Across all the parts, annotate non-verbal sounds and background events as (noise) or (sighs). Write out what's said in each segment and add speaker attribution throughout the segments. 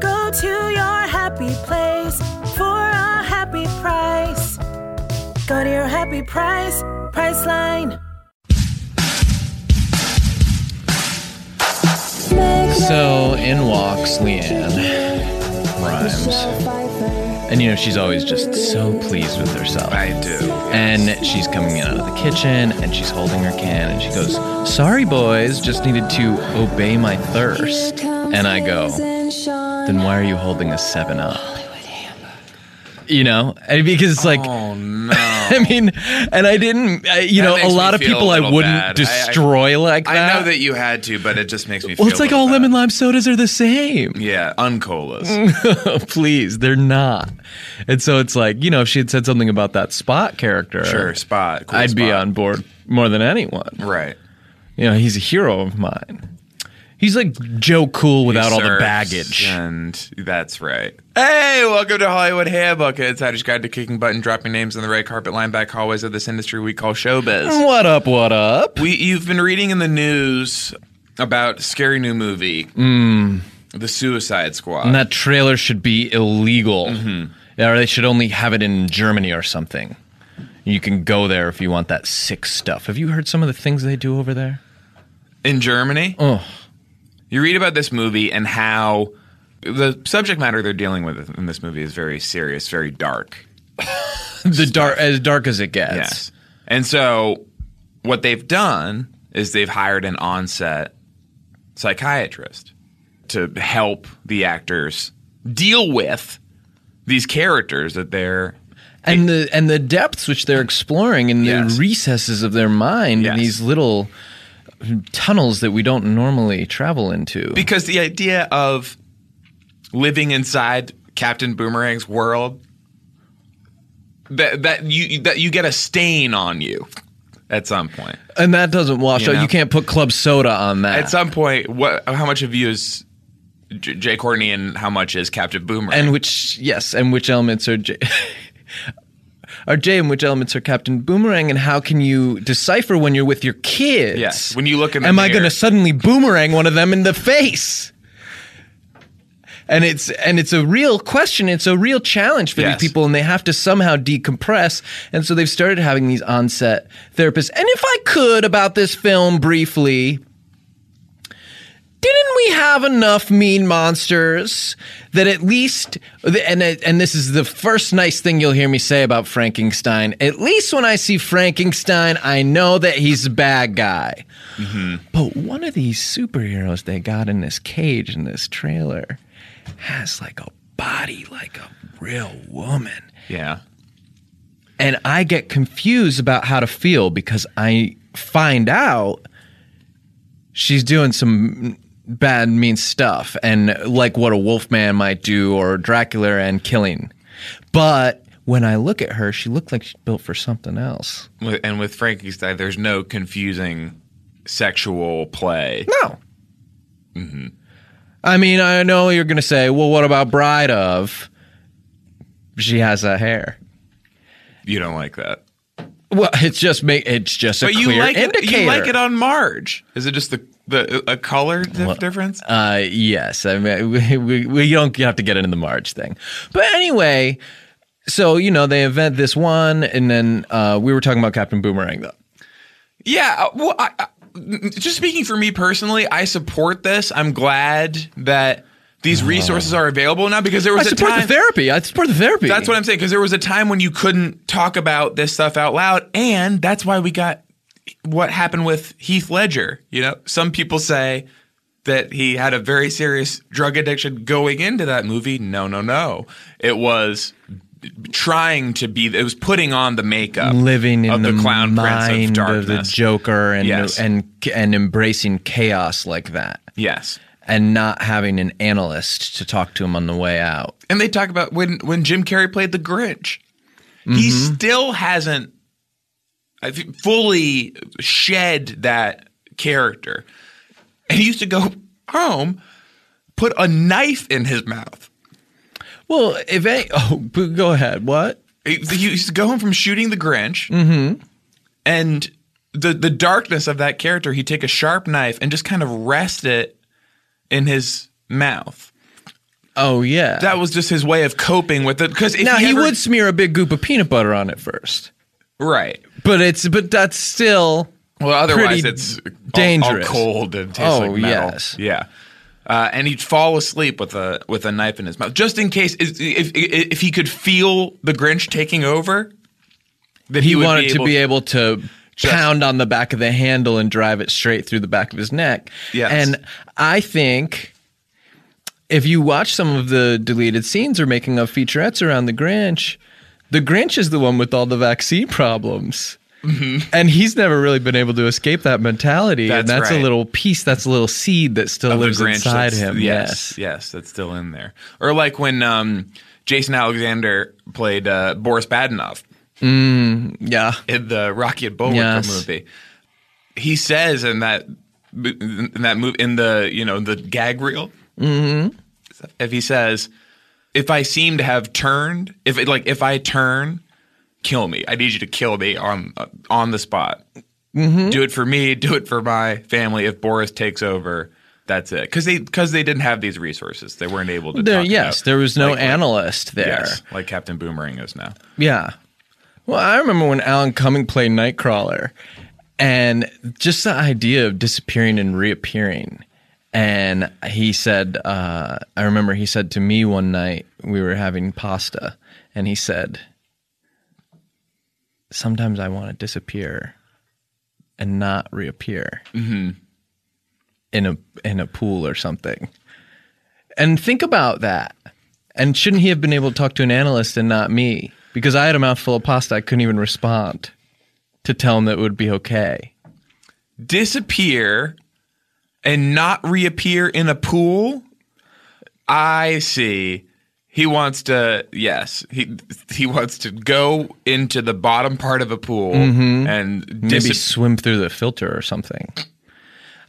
Speaker 1: Go to your happy place for a happy price. Go to your happy price, Priceline.
Speaker 2: So in walks Leanne Rhymes. And you know, she's always just so pleased with herself. I do. And she's coming in out of the kitchen and she's holding her can and she goes, Sorry, boys, just needed to obey my thirst. And I go, Then why are you holding a 7 up? You know, and because it's like,
Speaker 3: Oh no!
Speaker 2: (laughs) I mean, and I didn't, I, you
Speaker 3: That
Speaker 2: know, a
Speaker 3: makes me
Speaker 2: lot of
Speaker 3: feel a
Speaker 2: people I
Speaker 3: little
Speaker 2: wouldn't
Speaker 3: bad. I- I-
Speaker 2: destroy like
Speaker 3: I
Speaker 2: that.
Speaker 3: know that you had to, but it just makes me. feel
Speaker 2: Well, it's like
Speaker 3: a
Speaker 2: all
Speaker 3: little
Speaker 2: lemon
Speaker 3: bad.
Speaker 2: lime Mm. sodas are the same.
Speaker 3: Yeah, uncolas.
Speaker 2: (laughs) Oh, please they're not and so it's like you know if she had said something about that spot character
Speaker 3: sure, spot. cool
Speaker 2: i'd be
Speaker 3: spot.
Speaker 2: on board more than anyone
Speaker 3: Right.
Speaker 2: you know he's a hero of mine he's like joe cool without all the
Speaker 3: Surfs,
Speaker 2: baggage
Speaker 3: and that's right. Hey, welcome to Hollywood Handbook, an insider's guide to kicking butt and dropping names on the red carpet, line back hallways of this industry we call showbiz.
Speaker 2: what up what up
Speaker 3: We, you've been reading in the news about scary new movie, The Suicide Squad.
Speaker 2: Mm. and that trailer should be illegal
Speaker 3: Mm-hmm.
Speaker 2: or they should only have it in germany or something you can go there if you want that sick stuff have you heard some of the things they do over there
Speaker 3: in Germany.
Speaker 2: oh
Speaker 3: You read about this movie and how the subject matter they're dealing with in this movie is very serious, very dark.
Speaker 2: the dark as dark as it gets
Speaker 3: Yes. And so what they've done is they've hired an onset psychiatrist to help the actors deal with these characters that they're
Speaker 2: and the and the depths which they're exploring and
Speaker 3: Yes.
Speaker 2: the recesses of their mind and
Speaker 3: Yes.
Speaker 2: these little tunnels that we don't normally travel into.
Speaker 3: because the idea of living inside Captain Boomerang's world that that you that you get a stain on you at some point.
Speaker 2: and that doesn't wash
Speaker 3: You
Speaker 2: out.
Speaker 3: know?
Speaker 2: You can't put club soda on that.
Speaker 3: At some point, what how much of you is J- Jay Courtney and how much is Captain Boomerang?
Speaker 2: and which yes, and which elements are J- (laughs) are J and which elements are Captain Boomerang and how can you decipher when you're with your kids?
Speaker 3: Yes, when you look in the
Speaker 2: Am I going
Speaker 3: mirror.
Speaker 2: to suddenly boomerang one of them in the face? And it's and it's a real question. It's a real challenge for
Speaker 3: Yes.
Speaker 2: these people, and they have to somehow decompress. And so they've started having these onset therapists. And if I could about this film briefly, didn't we have enough mean monsters that at least and and this is the first nice thing you'll hear me say about Frankenstein. At least when I see Frankenstein, I know that he's a bad guy. But one of these superheroes they got in this cage in this trailer has like a body like a real woman.
Speaker 3: yeah,
Speaker 2: And I get confused about how to feel because I find out she's doing some bad, mean stuff and like what a Wolfman might do or Dracula and killing. But when I look at her, she looked like she's built for something else.
Speaker 3: With- and with Frankenstein, there's no confusing sexual play.
Speaker 2: No. I mean, I know you're going to say, well, what about Bride of? She has that hair.
Speaker 3: You don't like that,
Speaker 2: Well, it's just ma- it's just a
Speaker 3: but
Speaker 2: clear
Speaker 3: you like
Speaker 2: indicator.
Speaker 3: it. You like it on Marge. Is it just the the a color dif- difference?
Speaker 2: Uh, yes, I mean we, we, we don't have to get into the March thing, but anyway, so you know they invent this one, and then uh, we were talking about Captain Boomerang though.
Speaker 3: Yeah. uh, Well, I, I, just speaking for me personally, I support this. I'm glad that these resources are available now because there
Speaker 2: Oh. I
Speaker 3: was a
Speaker 2: support
Speaker 3: time.
Speaker 2: the therapy. I support the therapy.
Speaker 3: That's what I'm saying. Because there was a time when you couldn't talk about this stuff out loud, and that's why we got what happened with Heath Ledger. You know, some people say that he had a very serious drug addiction going into that movie. No, no, no. It was trying to be. It was putting on the makeup,
Speaker 2: living in
Speaker 3: of the, clown
Speaker 2: mind
Speaker 3: prince of darkness.
Speaker 2: the Joker and
Speaker 3: Yes.
Speaker 2: and and embracing chaos like that,
Speaker 3: yes.
Speaker 2: and not having an analyst to talk to him on the way out.
Speaker 3: And they talk about when when Jim Carrey played the Grinch. He
Speaker 2: Mm-hmm.
Speaker 3: still hasn't I think, fully shed that character. And he used to go home, put a knife in his mouth.
Speaker 2: Well, if any, (laughs) oh, b- go ahead. What?
Speaker 3: He, he used to go home from shooting the Grinch,
Speaker 2: Mm-hmm.
Speaker 3: and the the darkness of that character, he'd take a sharp knife and just kind of rest it in his mouth.
Speaker 2: Oh yeah.
Speaker 3: That was just his way of coping with it. Because
Speaker 2: now
Speaker 3: he,
Speaker 2: he,
Speaker 3: ever-
Speaker 2: would smear a big goop of peanut butter on it first,
Speaker 3: right.
Speaker 2: but it's but that's still
Speaker 3: Well, otherwise
Speaker 2: pretty
Speaker 3: it's all-
Speaker 2: dangerous.
Speaker 3: all, cold, and tastes
Speaker 2: Oh,
Speaker 3: like metal.
Speaker 2: yes.
Speaker 3: yeah. Uh, and he'd fall asleep with a with a knife in his mouth, just in case if if, if he could feel the Grinch taking over, that he,
Speaker 2: he
Speaker 3: would
Speaker 2: wanted
Speaker 3: be
Speaker 2: to
Speaker 3: able
Speaker 2: be able to
Speaker 3: Just-
Speaker 2: pound on the back of the handle and drive it straight through the back of his neck.
Speaker 3: Yes.
Speaker 2: And I think if you watch some of the deleted scenes or making of featurettes around the Grinch, the Grinch is the one with all the vaccine problems. And he's never really been able to escape that mentality. and
Speaker 3: Mm-hmm. That's
Speaker 2: that's
Speaker 3: right.
Speaker 2: a little piece, that's a little seed that still
Speaker 3: of the
Speaker 2: lives
Speaker 3: Grinch
Speaker 2: inside
Speaker 3: that's-
Speaker 2: him.
Speaker 3: Yes, yes, that's still in there. Or like when um, Jason Alexander played uh, Boris Badenoff
Speaker 2: Yeah.
Speaker 3: in the Rocky and Bullwinkle
Speaker 2: Yes.
Speaker 3: movie. He says in that in that movie in the you know the gag reel,
Speaker 2: Mm-hmm.
Speaker 3: if he says, "If I seem to have turned, if it, like if I turn, kill me. I need you to kill me on uh, on the spot.
Speaker 2: Mm-hmm.
Speaker 3: Do it for me. Do it for my family. If Boris takes over." That's it, because they because they didn't have these resources, they weren't able to.
Speaker 2: There,
Speaker 3: talk
Speaker 2: yes,
Speaker 3: about-
Speaker 2: there was no
Speaker 3: like-
Speaker 2: analyst there.
Speaker 3: Yes, like Captain Boomerang is now.
Speaker 2: Yeah. Well, I remember when Alan Cumming played Nightcrawler and just the idea of disappearing and reappearing. And he said, uh, I remember he said to me one night, we were having pasta, and he said, Sometimes I want to disappear and not reappear
Speaker 3: Mm-hmm.
Speaker 2: in a in a pool or something. And think about that. And shouldn't he have been able to talk to an analyst and not me? Because I had a mouthful of pasta, I couldn't even respond to tell him that it would be okay.
Speaker 3: disappear and not reappear in a pool. I see. He wants to yes, he he wants to go into the bottom part of a pool and
Speaker 2: Mm-hmm. Maybe
Speaker 3: dis-
Speaker 2: swim through the filter or something.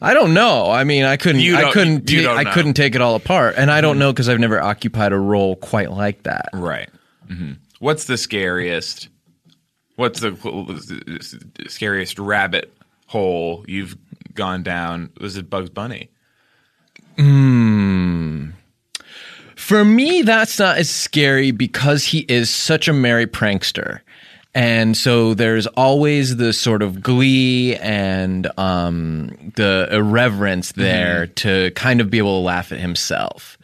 Speaker 2: I don't know. I mean, I couldn't.
Speaker 3: You
Speaker 2: I
Speaker 3: don't-
Speaker 2: couldn't.
Speaker 3: you
Speaker 2: ta-
Speaker 3: don't
Speaker 2: I
Speaker 3: know. Mm-hmm.
Speaker 2: couldn't take it all apart, and I don't know because I've never occupied a role quite like that.
Speaker 3: right. Mhm. What's the scariest? What's the cl- scariest rabbit hole you've gone down? Was it Bugs Bunny?
Speaker 2: For me, that's not as scary because he is such a merry prankster. And so there's always the sort of glee and um, the irreverence there to kind of be able to laugh at himself.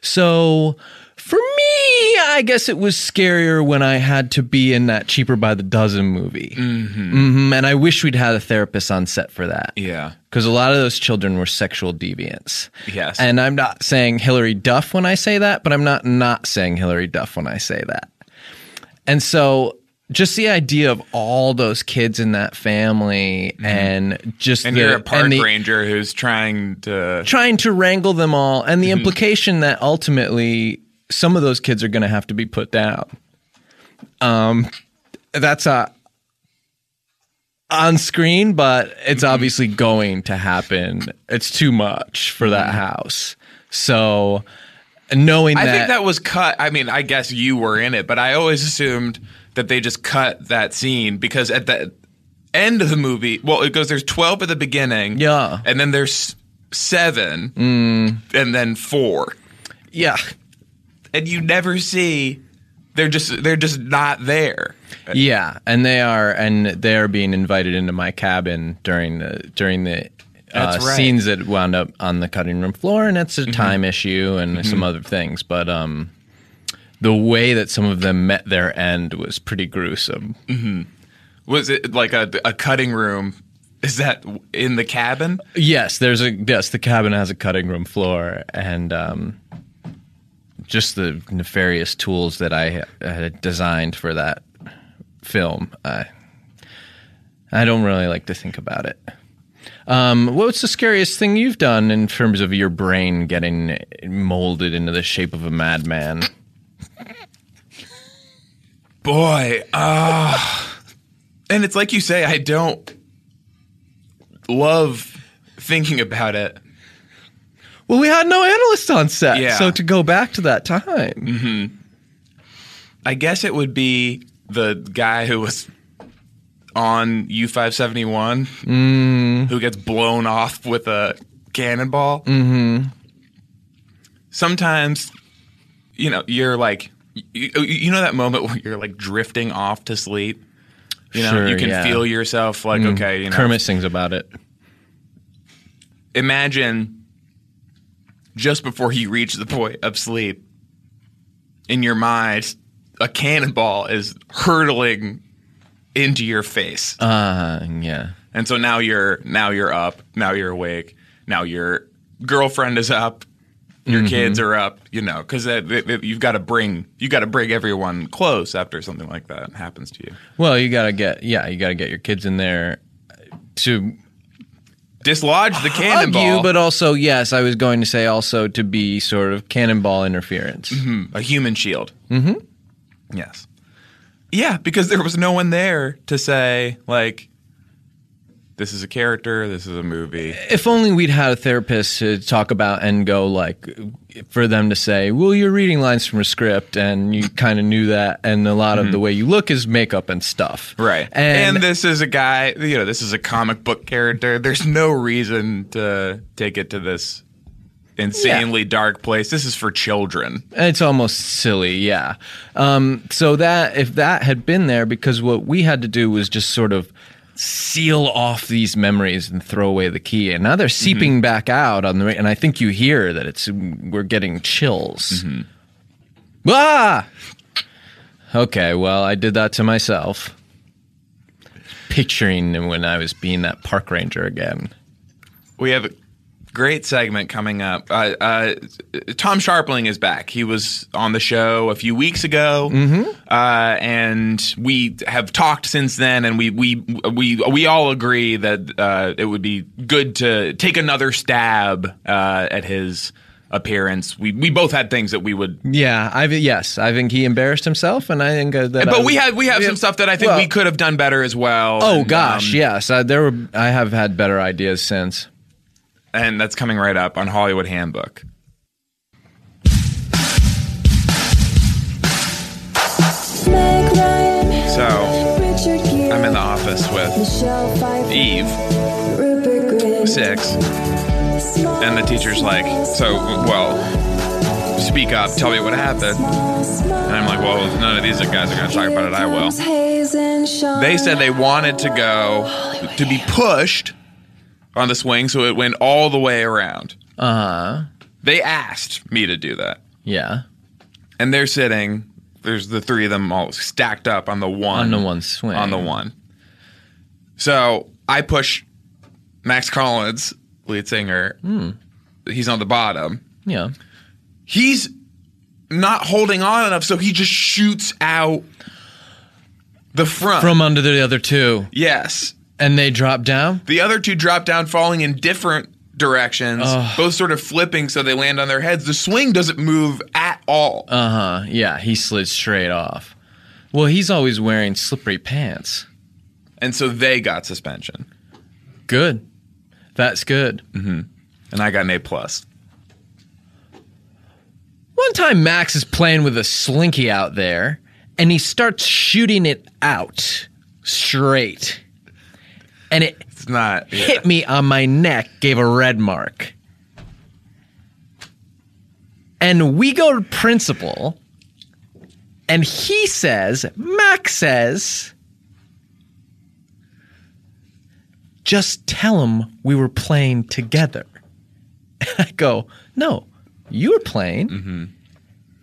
Speaker 2: So for me, I guess it was scarier when I had to be in that Cheaper by the Dozen movie. Mm-hmm. And I wish we'd had a therapist on set for that
Speaker 3: Yeah.
Speaker 2: because a lot of those children were sexual deviants.
Speaker 3: Yes.
Speaker 2: And I'm not saying Hillary Duff when I say that, but I'm not not saying Hillary Duff when I say that. And so just the idea of all those kids in that family and just
Speaker 3: Mm-hmm. And
Speaker 2: the,
Speaker 3: you're a park
Speaker 2: and the-
Speaker 3: ranger who's trying to
Speaker 2: trying to wrangle them all and
Speaker 3: Mm-hmm.
Speaker 2: the implication that ultimately some of those kids are going to have to be put down um that's uh on screen but it's
Speaker 3: Mm-hmm.
Speaker 2: obviously going to happen it's too much for that house so knowing
Speaker 3: Mm-hmm. I
Speaker 2: that,
Speaker 3: think that was cut. I mean, I guess you were in it, but I always assumed that they just cut that scene because at the end of the movie, well, it goes there's 12 at the beginning.
Speaker 2: Yeah. Mm.
Speaker 3: And then there's 7 and then 4.
Speaker 2: yeah
Speaker 3: And you never see they're just they're just not there.
Speaker 2: yeah and they are and they are being invited into my cabin during the during the uh,
Speaker 3: That's right. Mm-hmm.
Speaker 2: scenes that wound up on the cutting room floor and it's a time issue and some other things but um the way that some of them met their end was pretty gruesome
Speaker 3: Was it like a a cutting room is that in the cabin?
Speaker 2: yes there's a yes the cabin has a cutting room floor and um just the nefarious tools that i had designed for that film i i don't really like to think about it um, what's the scariest thing you've done in terms of your brain getting molded into the shape of a madman?
Speaker 3: boy. ah. and it's like you say, I don't love thinking about it.
Speaker 2: Well, we had no analysts on set,
Speaker 3: Yeah.
Speaker 2: so to go back to that time,
Speaker 3: I guess it would be the guy who was on U five seventy one
Speaker 2: Mm.
Speaker 3: who gets blown off with a cannonball. Mm-hmm. Sometimes, you know, you're like, you, you know, that moment where you're like drifting off to sleep. You know,
Speaker 2: Sure,
Speaker 3: you can
Speaker 2: yeah. Mm.
Speaker 3: feel yourself like, okay, you know,
Speaker 2: Kermit sings about it.
Speaker 3: imagine just before you reach the point of sleep, in your mind, a cannonball is hurtling into your face,
Speaker 2: Uh, yeah.
Speaker 3: and so now you're now you're up, now you're awake, now your girlfriend is up, your
Speaker 2: Mm-hmm.
Speaker 3: kids are up, you know, because you've got to bring you got to bring everyone close after something like that happens to you.
Speaker 2: Well, you gotta get yeah, you gotta get your kids in there to
Speaker 3: Dislodge the
Speaker 2: hug
Speaker 3: cannonball,
Speaker 2: you, but also yes, I was going to say also to be sort of cannonball interference.
Speaker 3: a human shield. Mm-hmm. Yes. Yeah, because there was no one there to say like, this is a character, this is a movie.
Speaker 2: If only we'd had a therapist to talk about and go like for them to say, "Well, you're reading lines from a script, and you kind of knew that, and a lot of the way you look is makeup and stuff."
Speaker 3: And,
Speaker 2: and,
Speaker 3: this is a guy, you know, this is a comic book character. There's no reason to take it to this insanely dark place. This is for children.
Speaker 2: It's almost silly, yeah. Um, so that if that had been there, because what we had to do was just sort of seal off these memories and throw away the key, and now they're seeping back out on the. ra- And I think you hear that it's we're getting chills. Ah. Okay, well, I did that to myself. Picturing when I was being that park ranger again.
Speaker 3: We have a great segment coming up. Uh, uh, Tom Sharpling is back. He was on the show a few weeks ago, uh, and we have talked since then. And we we we we all agree that uh, it would be good to take another stab uh, at his appearance. We we both had things that we would.
Speaker 2: Yeah, I yes, I think he embarrassed himself, and I think uh, that. I
Speaker 3: But
Speaker 2: was-
Speaker 3: we have we have some stuff that I think
Speaker 2: well-
Speaker 3: we could have done better as well.
Speaker 2: Oh
Speaker 3: And,
Speaker 2: gosh,
Speaker 3: um,
Speaker 2: yes. I, there were. I have had better ideas since.
Speaker 3: and that's coming right up on Hollywood Handbook.
Speaker 4: Meg Ryan,
Speaker 3: So
Speaker 4: Richard Gere,
Speaker 3: I'm in the E. office with
Speaker 4: Michelle Pfeiffer,
Speaker 3: Eve.
Speaker 4: Rupert Grint,
Speaker 3: six, and the teacher's like, "So, well, speak up, tell me what happened." And I'm like, "Well, none of these guys are going to talk about it. I will."
Speaker 4: Hayes and Sean.
Speaker 3: They said they wanted to go to be pushed on the swing, so it went all the way around.
Speaker 2: Uh huh.
Speaker 3: They asked me to do that,
Speaker 2: Yeah.
Speaker 3: and they're sitting. There's the three of them all stacked up on the one
Speaker 2: On the one swing.
Speaker 3: on the one. So I push Max Collins, lead singer.
Speaker 2: Hmm.
Speaker 3: He's on the bottom.
Speaker 2: Yeah.
Speaker 3: he's not holding on enough, so he just shoots out the front.
Speaker 2: From under the other two,
Speaker 3: yes,
Speaker 2: and they drop down.
Speaker 3: the other two drop down, falling in different directions, both sort of flipping, so they land on their heads. The swing doesn't move at all.
Speaker 2: Uh huh. Yeah, he slid straight off. Well, he's always wearing slippery pants.
Speaker 3: and so they got suspension,
Speaker 2: Good. That's good.
Speaker 3: and I got an A plus.
Speaker 2: One time, Max is playing with a slinky out there, and he starts shooting it out straight, and it
Speaker 3: It's
Speaker 2: (laughs)
Speaker 3: not. yeah.
Speaker 2: hit me on my neck, gave a red mark. And we go to principal, and he says, Max says, just tell him we were playing together. (laughs) And I go, no, you were playing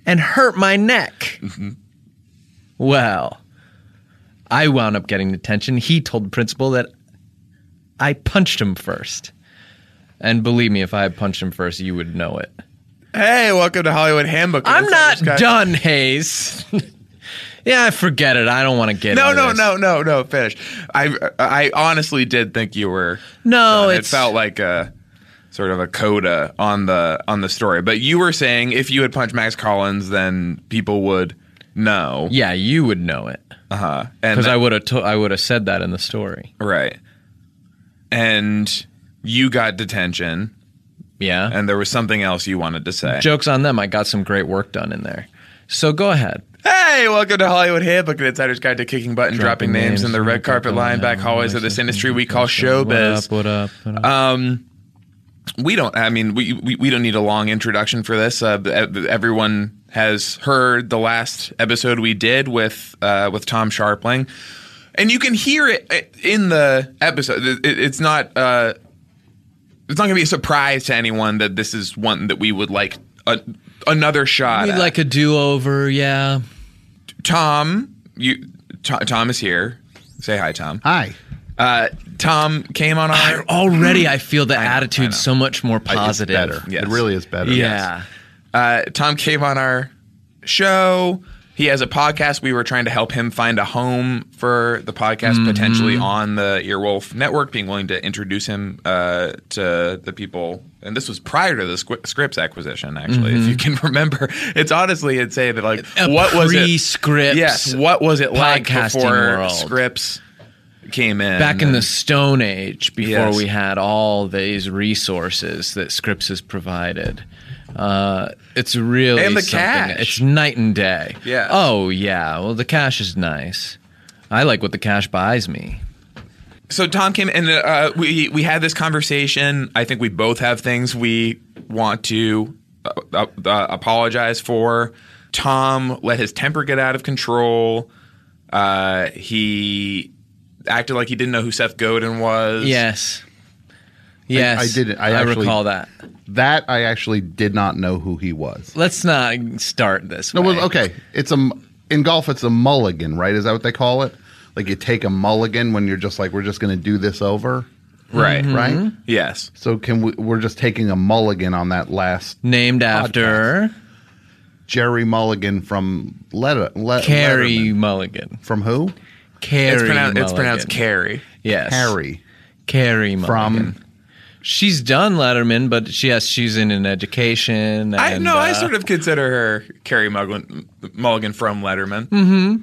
Speaker 2: and hurt my neck. Well, I wound up getting detention. He told the principal that I punched him first. And believe me, if I had punched him first, you would know it.
Speaker 3: Hey, welcome to Hollywood Handbook.
Speaker 2: I'm not
Speaker 3: Insider's Guide.
Speaker 2: done, Hayes. (laughs) yeah, forget it. I don't want to get
Speaker 3: No,
Speaker 2: into
Speaker 3: no,
Speaker 2: this.
Speaker 3: no, no, no. Finish. I, I honestly did think you were
Speaker 2: No,
Speaker 3: done.
Speaker 2: it's
Speaker 3: it felt like a sort of a coda on the on the story. But you were saying if you had punched Max Collins, then people would No.
Speaker 2: Yeah, you would know it
Speaker 3: Uh huh. And
Speaker 2: because I
Speaker 3: that-
Speaker 2: would have. To- I would have said that in the story.
Speaker 3: right. And you got detention,
Speaker 2: Yeah.
Speaker 3: and there was something else you wanted to say.
Speaker 2: Jokes on them. I got some great work done in there. So go ahead.
Speaker 3: Hey, welcome to Hollywood Hip, an insider's guide to kicking butt and dropping, names in the red carpet line back hallways of this industry we call showbiz.
Speaker 2: What up? What up?
Speaker 3: Um, we don't. I mean, we, we we don't need a long introduction for this. Uh, ev- everyone has heard the last episode we did with uh, with Tom Sharpling, and you can hear it i- in the episode. It- it- it's not. Uh, it's not going to be a surprise to anyone that this is one that we would like a, another shot.
Speaker 2: Need
Speaker 3: at.
Speaker 2: like a do over. Yeah.
Speaker 3: Tom, you Tom, Tom is here. Say hi, Tom.
Speaker 5: Hi.
Speaker 3: Uh, Tom came on our. (clears throat)
Speaker 2: Already, I feel the
Speaker 3: know, I know.
Speaker 2: attitude so much more
Speaker 5: It's
Speaker 2: positive.
Speaker 5: better.
Speaker 3: Yes.
Speaker 5: It really is better.
Speaker 2: Yeah.
Speaker 3: Uh, Tom came on our show. He has a podcast. We were trying to help him find a home for the podcast,
Speaker 2: Mm-hmm.
Speaker 3: potentially on the Earwolf Network. Being willing to introduce him uh, to the people, and this was prior to the Squ- Scripps acquisition, actually, if you can (laughs) remember. It's honestly, I'd say that like,
Speaker 2: Mm-hmm. A
Speaker 3: what was it?
Speaker 2: Pre-scripts.
Speaker 3: Yes, what was it like
Speaker 2: podcasting
Speaker 3: before
Speaker 2: world.
Speaker 3: Scripps came in?
Speaker 2: Back in
Speaker 3: And-
Speaker 2: the Stone Age, before
Speaker 3: Mm-hmm. Yes.
Speaker 2: we had all these resources that Scripps has provided, uh, it's really
Speaker 3: And the
Speaker 2: something-
Speaker 3: cash.
Speaker 2: It's night and day.
Speaker 3: Yeah.
Speaker 2: Oh yeah. Well, the cash is nice. I like what the cash buys me.
Speaker 3: so Tom came and uh, we we had this conversation. I think we both have things we want to uh, uh, uh, apologize for. Tom let his temper get out of control. Uh, he acted like he didn't know who Seth Godin was.
Speaker 2: Yes. Yes.
Speaker 5: I did it. I actually-
Speaker 2: recall that.
Speaker 5: That I actually did not know who he was.
Speaker 2: Let's not start this.
Speaker 5: No,
Speaker 2: way.
Speaker 5: well, okay. It's a m- in golf. It's a mulligan, right? Is that what they call it? Like you take a mulligan when you're just like we're just going to do this over,
Speaker 3: Right.
Speaker 2: Mm-hmm.
Speaker 5: right?
Speaker 3: Yes.
Speaker 5: So can we? We're just taking a mulligan on that last
Speaker 2: Named after
Speaker 5: Jerry Mulligan from Letta. Le-
Speaker 2: Carrie
Speaker 5: Letterman.
Speaker 2: Mulligan.
Speaker 5: from who?
Speaker 2: Carrie.
Speaker 3: it's pronounced it's pronounced
Speaker 2: Mulligan.
Speaker 3: Carrie.
Speaker 2: Yes.
Speaker 5: Harry
Speaker 2: Carrie
Speaker 5: from.
Speaker 2: Mulligan. She's done Letterman, but she, yes, she's in an education.
Speaker 3: I
Speaker 2: and,
Speaker 3: no, I
Speaker 2: uh,
Speaker 3: sort of consider her Carrie Mulligan, Mulligan from Letterman.
Speaker 2: uh,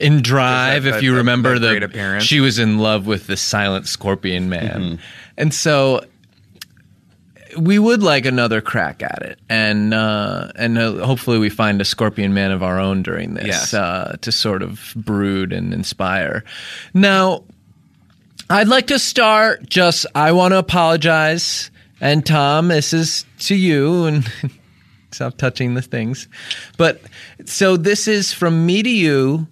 Speaker 2: in Drive,
Speaker 3: that-
Speaker 2: if
Speaker 3: that-
Speaker 2: you
Speaker 3: that-
Speaker 2: remember
Speaker 3: that
Speaker 2: the
Speaker 3: great appearance. Mm-hmm.
Speaker 2: she was in love with the silent scorpion man, and so we would like another crack at it, and uh, and uh, hopefully we find a scorpion man of our own during this
Speaker 3: Yes.
Speaker 2: uh, to sort of brood and inspire. Now, I'd like to start. Just I want to apologize, and Tom, this is to you and. (laughs) stop touching the things. But so this is from me to you.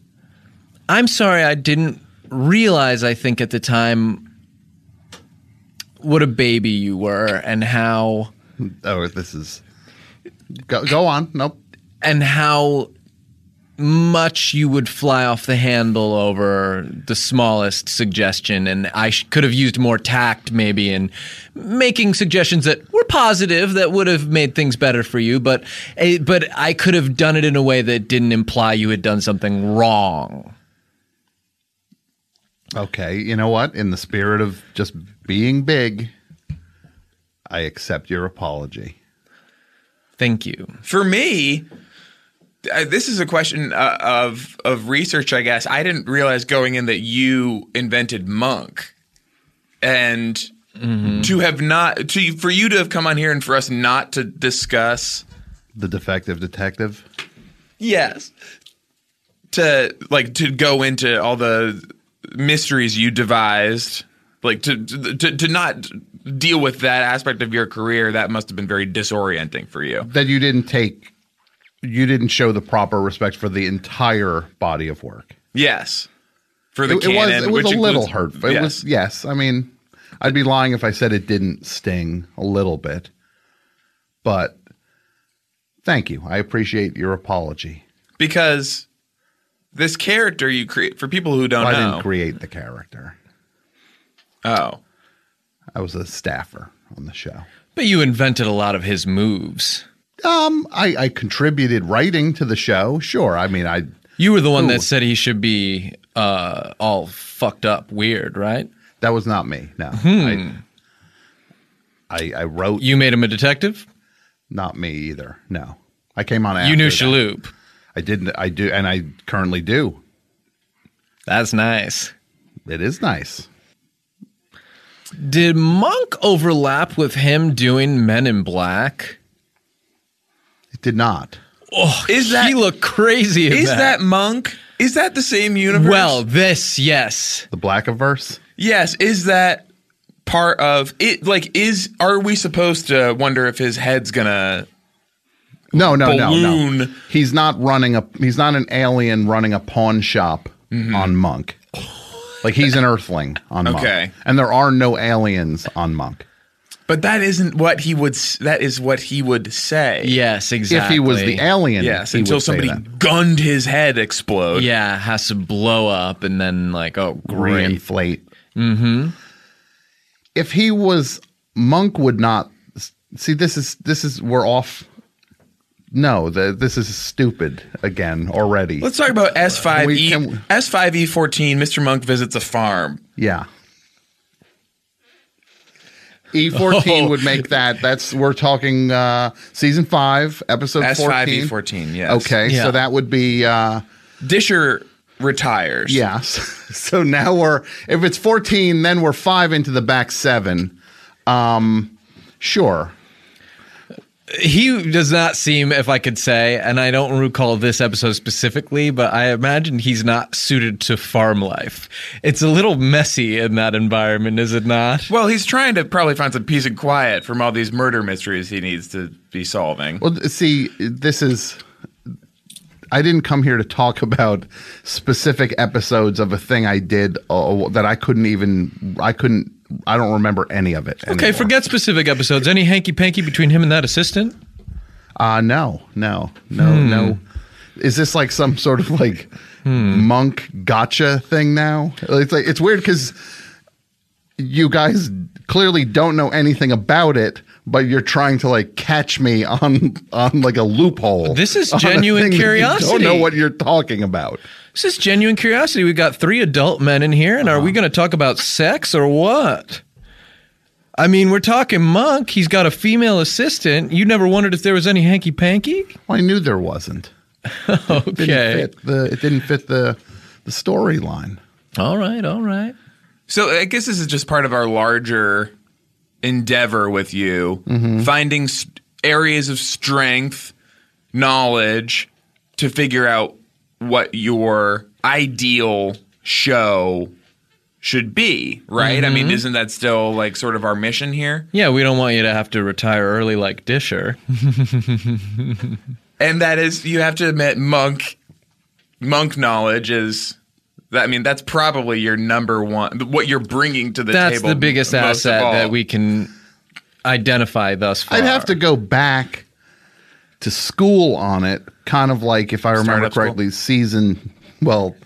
Speaker 2: I'm sorry I didn't realize, I think, at the time what a baby you were and how
Speaker 5: Oh, this is. Go, go on. Nope.
Speaker 2: and how much you would fly off the handle over the smallest suggestion and I sh- could have used more tact maybe in making suggestions that were positive that would have made things better for you but eh, but I could have done it in a way that didn't imply you had done something wrong
Speaker 5: Okay, you know what? In the spirit of just being big, I accept your apology.
Speaker 2: thank you
Speaker 3: for me, uh, this is a question uh, of of research, I guess. I didn't realize going in that you invented monk, and to have not to for you to have come on here and for us not to discuss.
Speaker 5: The defective detective.
Speaker 3: Yes. To like to go into all the mysteries you devised, like to to to not deal with that aspect of your career, that must have been very disorienting for you.
Speaker 5: That you didn't take you didn't show the proper respect for the entire body of work.
Speaker 3: Yes. For the
Speaker 5: it, it
Speaker 3: canon,
Speaker 5: was it was
Speaker 3: which
Speaker 5: a little
Speaker 3: includes-
Speaker 5: hurtful. It
Speaker 3: yes.
Speaker 5: was yes, I mean I'd be lying if I said it didn't sting a little bit. But thank you. I appreciate your apology.
Speaker 3: because this character you create for people who don't
Speaker 5: I
Speaker 3: know.
Speaker 5: didn't create the character.
Speaker 3: oh,
Speaker 5: I was a staffer on the show.
Speaker 2: but you invented a lot of his moves
Speaker 5: Um, I, I contributed writing to the show. Sure. I mean, I
Speaker 2: you were the one
Speaker 5: Ooh.
Speaker 2: that said he should be uh, all fucked up weird right
Speaker 5: that was not me. No,
Speaker 3: Hmm.
Speaker 5: I, I I wrote
Speaker 2: you made him a detective
Speaker 5: not me either. No, I came on. After
Speaker 2: you knew
Speaker 5: that.
Speaker 2: Shaloub
Speaker 5: I I didn't. I do, and I currently do.
Speaker 2: That's nice.
Speaker 5: It is nice.
Speaker 2: Did Monk overlap with him doing Men in Black?
Speaker 5: It did not.
Speaker 3: Is that
Speaker 2: he looked crazy. in
Speaker 3: is that monk? Is that the same universe?
Speaker 2: well? This yes.
Speaker 5: The Blackiverse.
Speaker 3: yes. Is that part of it? Like, is are we supposed to wonder if his head's gonna?
Speaker 5: No, no, no, no.
Speaker 3: Balloon.
Speaker 5: He's not running a. He's not an alien running a pawn shop
Speaker 3: Mm-hmm.
Speaker 5: on Monk. Like he's an Earthling on Monk.
Speaker 3: Okay.
Speaker 5: and there are no aliens on Monk.
Speaker 3: But that isn't what he would. s- That is what he would say.
Speaker 2: Yes, exactly.
Speaker 5: If he was the alien,
Speaker 3: Yes.
Speaker 5: he
Speaker 3: Until
Speaker 5: would say
Speaker 3: somebody
Speaker 5: that.
Speaker 3: gunned his head explode.
Speaker 2: Yeah, has to blow up and then like oh great.
Speaker 5: reinflate. Mm-hmm. If he was monk, would not see. This is this is we're off. No, the, this is stupid again already.
Speaker 3: Let's talk about S five
Speaker 5: we-
Speaker 3: E
Speaker 5: can we-
Speaker 3: S five E fourteen. Mr. Monk visits a farm.
Speaker 5: yeah. E
Speaker 3: Oh.
Speaker 5: fourteen would make that. That's we're talking uh season five, episode
Speaker 3: S five E
Speaker 5: fourteen.
Speaker 3: fourteen. Yes.
Speaker 5: Okay,
Speaker 2: Yeah.
Speaker 5: so that would be uh
Speaker 3: Disher retires.
Speaker 5: yeah. (laughs) So now we're if it's fourteen, then we're five into the back seven. Um, sure.
Speaker 2: He does not seem, if I could say, and I don't recall this episode specifically, but I imagine he's not suited to farm life. It's a little messy in that environment, is it not?
Speaker 3: Well, he's trying to probably find some peace and quiet from all these murder mysteries he needs to be solving.
Speaker 5: Well, th- see, this is. I didn't come here to talk (laughs) about specific episodes of a thing I did uh, that I couldn't even. I couldn't. I don't remember any of it.
Speaker 2: Okay,
Speaker 5: anymore.
Speaker 2: forget specific episodes. Any hanky panky between him and that assistant?
Speaker 5: Uh, no, no, no,
Speaker 2: Hmm.
Speaker 5: no. Is this like some sort of like
Speaker 2: Hmm.
Speaker 5: monk gotcha thing now? It's like it's weird because you guys clearly don't know anything about it, but you're trying to like catch me on on like a loophole.
Speaker 2: This is
Speaker 5: (laughs) on a
Speaker 2: genuine
Speaker 5: thing that You
Speaker 2: curiosity.
Speaker 5: don't know what you're talking about.
Speaker 2: This is genuine curiosity. We got three adult men in here, and are
Speaker 5: Uh-huh.
Speaker 2: we going to talk about sex or what? I mean, we're talking monk. He's got a female assistant. You never wondered if there was any hanky panky?
Speaker 5: Well, I knew there wasn't. It didn't
Speaker 2: Okay.
Speaker 5: fit the it didn't fit the the storyline.
Speaker 2: All right, all right.
Speaker 3: So I guess this is just part of our larger endeavor with you,
Speaker 5: Mm-hmm.
Speaker 3: finding s areas of strength, knowledge to figure out what your ideal show should be, right? I
Speaker 5: Mm-hmm.
Speaker 3: mean, isn't that still like sort of our mission here?
Speaker 2: Yeah, we don't want you to have to retire early like
Speaker 5: (laughs)
Speaker 2: Disher.
Speaker 3: And that is you have to admit monk monk knowledge is I mean, that's probably your number one what you're bringing to the
Speaker 2: That's
Speaker 3: table.
Speaker 2: the biggest
Speaker 3: most of
Speaker 2: asset
Speaker 3: all.
Speaker 2: that we can identify thus far.
Speaker 5: I'd have
Speaker 3: Uh,
Speaker 5: to go back to school on it, kind of like if I remember
Speaker 3: Startup school?
Speaker 5: correctly, season. Well,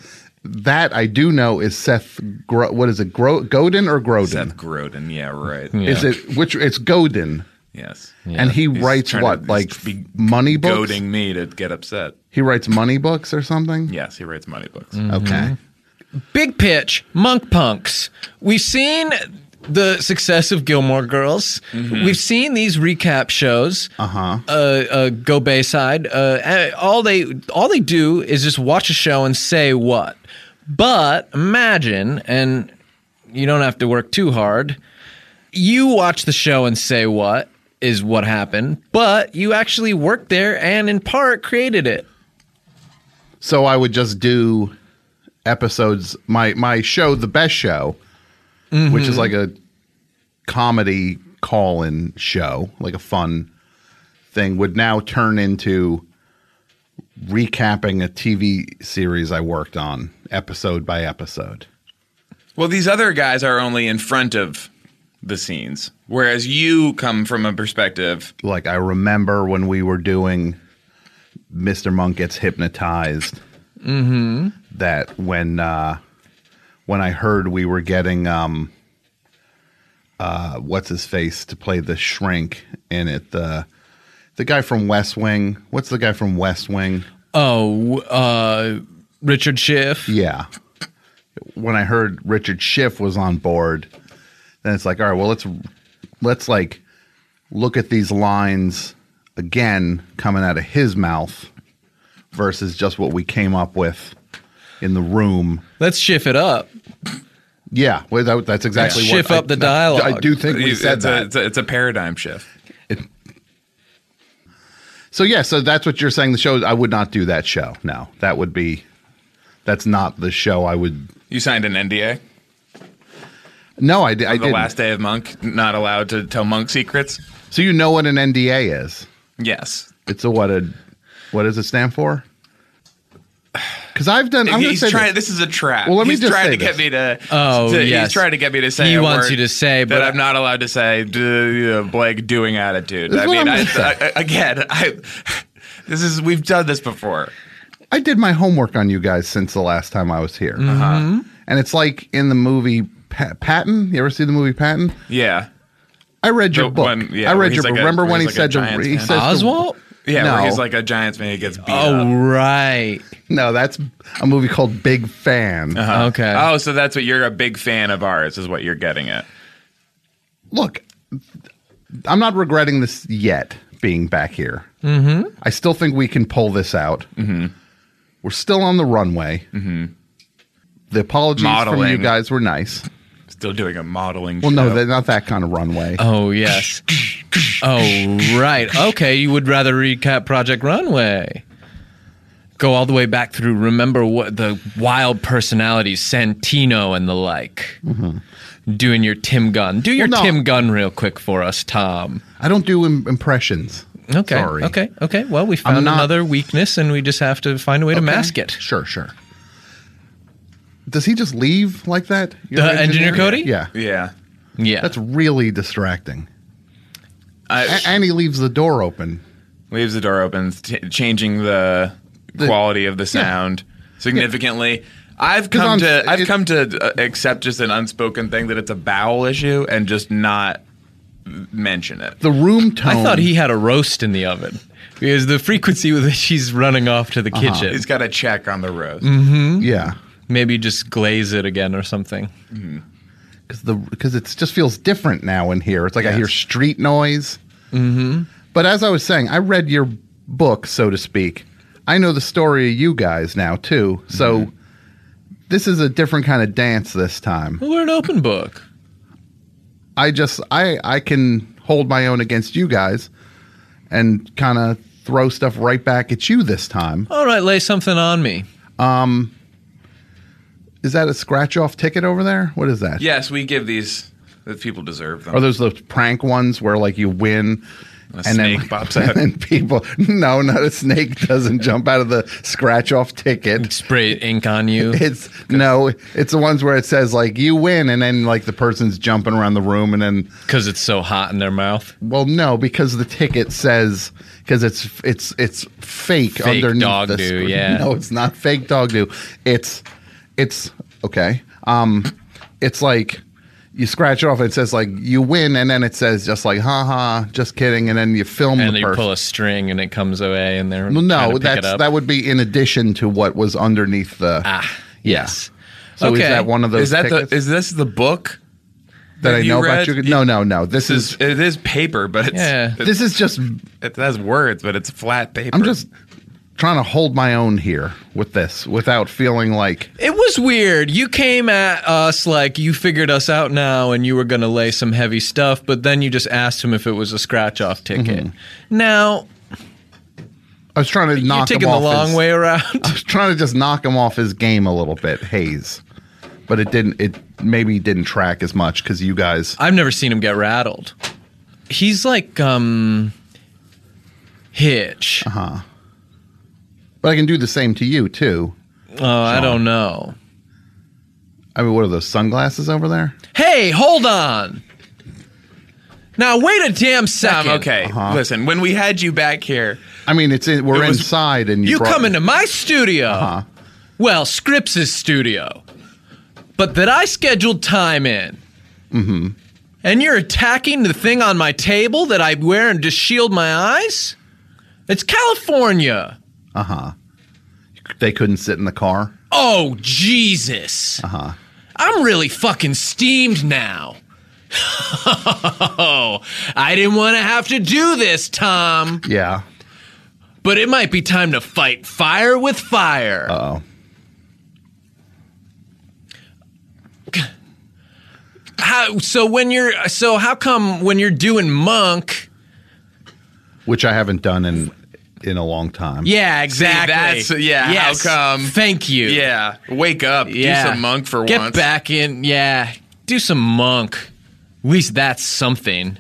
Speaker 5: that I do know is Seth. Gro- what is it, Gro- Godin or Groden?
Speaker 3: Seth Groden, yeah, right.
Speaker 5: Is it which? It's Godin,
Speaker 3: Yes.
Speaker 5: and he
Speaker 3: He's
Speaker 5: writes
Speaker 3: trying to-
Speaker 5: what
Speaker 3: he's
Speaker 5: like
Speaker 3: be-
Speaker 5: money books.
Speaker 3: Goading me to get upset.
Speaker 5: He writes money books or something.
Speaker 3: Yes, he writes money books. Mm-hmm.
Speaker 5: Okay.
Speaker 2: Big pitch, monk punks. We've seen the success of Gilmore Girls. We've seen these recap shows. Uh-huh. Uh uh Go Bayside. Uh, and all they all they do is just watch a show and say what. But imagine, and you don't have to work too hard. You watch the show and say what is what happened, but you actually worked there and in part created it.
Speaker 5: So I would just do episodes. My my show, the best show, which is like a comedy call-in show, like a fun thing, would now turn into recapping a TV series I worked on, episode by episode.
Speaker 3: Well, these other guys are only in front of the scenes, whereas you come from a perspective.
Speaker 5: Like I remember when we were doing Mr. Monk gets hypnotized. That when uh, when I heard we were getting um, uh, what's his face to play the shrink in it the the guy from West Wing. What's the guy from West Wing?
Speaker 2: Oh, uh, Richard Schiff.
Speaker 5: Yeah. When I heard Richard Schiff was on board, then it's like, all right, well let's let's like look at these lines again coming out of his mouth versus just what we came up with in the room.
Speaker 2: Let's shift it up.
Speaker 5: Yeah, well, that, that's exactly what
Speaker 2: shift
Speaker 5: I-
Speaker 2: up the
Speaker 5: I-
Speaker 2: dialogue.
Speaker 5: I do think we
Speaker 3: It's-
Speaker 5: said
Speaker 3: it's,
Speaker 5: that.
Speaker 3: A, it's, a, it's a paradigm shift.
Speaker 5: So yeah, so that's what you're saying. The show I would not do that show. No, that would be that's not the show I would.
Speaker 3: You signed an NDA
Speaker 5: No, I, di- I
Speaker 3: on the
Speaker 5: didn't.
Speaker 3: last day of Monk, not allowed to tell Monk secrets.
Speaker 5: so you know what an NDA is?
Speaker 3: Yes.
Speaker 5: It's a what a what does it stand for? Because I've done. I'm going to
Speaker 3: he's
Speaker 5: say
Speaker 3: trying.
Speaker 5: this.
Speaker 3: This. is a trap.
Speaker 5: Well, let me
Speaker 3: he's
Speaker 5: just
Speaker 3: trying
Speaker 5: say
Speaker 3: to get
Speaker 5: this.
Speaker 3: me to.
Speaker 2: Oh,
Speaker 3: to,
Speaker 2: yes.
Speaker 3: He's trying to get me to say.
Speaker 2: He
Speaker 3: a
Speaker 2: wants
Speaker 3: word
Speaker 2: you to say, but-
Speaker 3: that I'm not allowed to say. d- you know, Blake doing attitude.
Speaker 5: This is
Speaker 3: I
Speaker 5: what
Speaker 3: mean,
Speaker 5: I'm
Speaker 3: I,
Speaker 5: gonna
Speaker 3: I, again, I. This is we've done this before.
Speaker 5: I did my homework on you guys since the last time I was
Speaker 3: Uh-huh.
Speaker 5: here, and it's like in the movie pa- Patton. You ever see the movie Patton?
Speaker 3: Yeah.
Speaker 5: I read your
Speaker 3: The
Speaker 5: book.
Speaker 3: one- yeah,
Speaker 5: I
Speaker 3: where
Speaker 5: read
Speaker 3: he's
Speaker 5: your
Speaker 3: like
Speaker 5: book.
Speaker 3: a-
Speaker 5: Remember
Speaker 3: where
Speaker 5: when he
Speaker 3: he's like a
Speaker 5: said to
Speaker 3: Giants
Speaker 5: he
Speaker 3: fan.
Speaker 5: says to-
Speaker 2: Oswald?
Speaker 3: Yeah,
Speaker 5: No.
Speaker 3: where he's like a Giants fan, he gets beat
Speaker 2: Oh,
Speaker 3: up.
Speaker 2: right.
Speaker 5: no, that's a movie called Big Fan.
Speaker 2: Okay.
Speaker 3: Oh, so that's what you're a big fan of ours, is what you're getting at.
Speaker 5: look, I'm not regretting this yet being back here. Mm-hmm. I still think we can pull this out. Mm-hmm. We're still on the runway. Mm-hmm. The apologies from you
Speaker 3: Modeling.
Speaker 5: guys were nice.
Speaker 3: Still doing a modeling.
Speaker 5: Well,
Speaker 3: show.
Speaker 5: no, they're not that kind of runway.
Speaker 2: Oh yes. oh right. Okay, you would rather recap Project Runway. Go all the way back through. Remember what the wild personalities, Santino and the like, doing your Tim Gunn. Do your
Speaker 5: Mm-hmm. Well, no.
Speaker 2: Tim Gunn real quick for us, Tom.
Speaker 5: I don't do Im- impressions.
Speaker 2: Okay.
Speaker 5: Sorry.
Speaker 2: Okay. Okay. Well, we found
Speaker 5: not-
Speaker 2: another weakness, and we just have to find a way to
Speaker 5: Okay.
Speaker 2: mask it.
Speaker 5: Sure, sure. Does he just leave like that? Your
Speaker 2: The engineer Cody?
Speaker 5: Yeah.
Speaker 3: Yeah.
Speaker 2: Yeah.
Speaker 5: That's really distracting.
Speaker 3: I,
Speaker 5: A- and he leaves the door open.
Speaker 3: leaves the door open, t- changing the,
Speaker 5: The-
Speaker 3: quality of the sound significantly. I've
Speaker 5: 'Cause
Speaker 3: come
Speaker 5: on-
Speaker 3: to I've
Speaker 5: it-
Speaker 3: come to uh, accept just an unspoken thing that it's a bowel issue and just not mention it.
Speaker 5: The room tone.
Speaker 2: I thought he had a roast in the oven because the frequency with which he's running off to the
Speaker 5: Uh-huh.
Speaker 2: kitchen.
Speaker 3: He's got a check on the roast.
Speaker 5: Mm-hmm. Yeah.
Speaker 2: Maybe just glaze it again or something.
Speaker 5: because the because it just feels different now in here. It's like I
Speaker 3: Yes.
Speaker 5: hear street noise. Mm-hmm. But as I was saying, I read your book, so to speak. I know the story of you guys now too. So this is a different kind of dance this time.
Speaker 2: Well, we're an open book.
Speaker 5: I just I I can hold my own against you guys and kind of throw stuff right back at you this time.
Speaker 2: All right, lay something on me.
Speaker 5: Is that a scratch off ticket over there? What is that?
Speaker 3: Yes, we give these. The people deserve them.
Speaker 5: Are those those prank ones where like you win
Speaker 3: A snake
Speaker 5: (laughs)
Speaker 3: pops out.
Speaker 5: and people no, not a snake doesn't jump out of the scratch off ticket.
Speaker 2: Spray ink on you.
Speaker 5: (laughs) It's no, it's the ones where it says like you win and then like the person's jumping around the room and then
Speaker 2: Because it's so hot in their mouth.
Speaker 5: well no because the ticket says because it's it's it's fake, underneath
Speaker 2: dog
Speaker 5: the
Speaker 2: do,
Speaker 5: screen.
Speaker 2: yeah.
Speaker 5: (laughs) No, it's not fake dog do. It's it's okay. Um it's like you scratch it off it says like you win and then it says just like haha just kidding and then you film
Speaker 2: And
Speaker 5: the
Speaker 2: you
Speaker 5: person.
Speaker 2: pull a string and it comes away and they're
Speaker 5: Well,
Speaker 2: trying to
Speaker 5: no,
Speaker 2: pick it
Speaker 5: that's
Speaker 2: up.
Speaker 5: that would be in addition to what was underneath the.
Speaker 2: Ah,
Speaker 5: Yeah.
Speaker 2: yes.
Speaker 5: So
Speaker 2: okay.
Speaker 5: is that one of those
Speaker 3: is that
Speaker 5: tickets
Speaker 3: the? (laughs) Is this the book
Speaker 5: that, I
Speaker 3: you
Speaker 5: know
Speaker 3: read?
Speaker 5: about you? No, no, no. This
Speaker 3: This
Speaker 5: is
Speaker 3: is it is paper, but it's
Speaker 2: Yeah.
Speaker 3: it,
Speaker 5: this is just.
Speaker 3: it has words, but it's flat paper.
Speaker 5: I'm just trying to hold my own here with this without feeling like
Speaker 2: It was weird. You came at us like you figured us out now and you were going to lay some heavy stuff, but then you just asked him if it was a scratch off ticket. Now,
Speaker 5: I was trying to
Speaker 2: you're
Speaker 5: Mm-hmm. knock him
Speaker 2: taking the
Speaker 5: off.
Speaker 2: long
Speaker 5: his,
Speaker 2: way around.
Speaker 5: (laughs) I was trying to just knock him off his game a little bit, Hayes. But it didn't. It maybe didn't track as much because you guys.
Speaker 2: I've never seen him get rattled. He's like, um, Hitch.
Speaker 5: But I can do the same to you too.
Speaker 2: Oh, I don't know.
Speaker 5: I mean, what are those sunglasses over there?
Speaker 2: Hey, hold on. Now wait a damn
Speaker 3: Tom,
Speaker 2: second.
Speaker 3: okay.
Speaker 5: Uh-huh.
Speaker 3: Listen, when we had you back here,
Speaker 5: I mean, it's in, we're
Speaker 3: It was-
Speaker 5: inside, and you,
Speaker 2: You
Speaker 5: brought-
Speaker 2: come into my studio. Well, Scripps' studio. But that I scheduled time in. Mm-hmm. And you're attacking the thing on my table that I wear and just shield my eyes? It's California.
Speaker 5: They couldn't sit in the car.
Speaker 2: Oh, Jesus. Uh-huh. I'm really fucking steamed now. (laughs) I didn't want to have to do this, Tom.
Speaker 5: Yeah.
Speaker 2: but it might be time to fight fire with fire.
Speaker 3: Uh.
Speaker 5: Oh,
Speaker 2: How, so when you're so how come when you're doing monk?
Speaker 5: which I haven't done in in a long time.
Speaker 2: Yeah, exactly.
Speaker 3: that's- yeah, how
Speaker 2: Yes.
Speaker 3: come?
Speaker 2: Thank you.
Speaker 3: Yeah. Wake up.
Speaker 2: Yeah.
Speaker 3: Do some monk for
Speaker 2: Get
Speaker 3: once.
Speaker 2: back in. Yeah. Do some monk. At least that's something.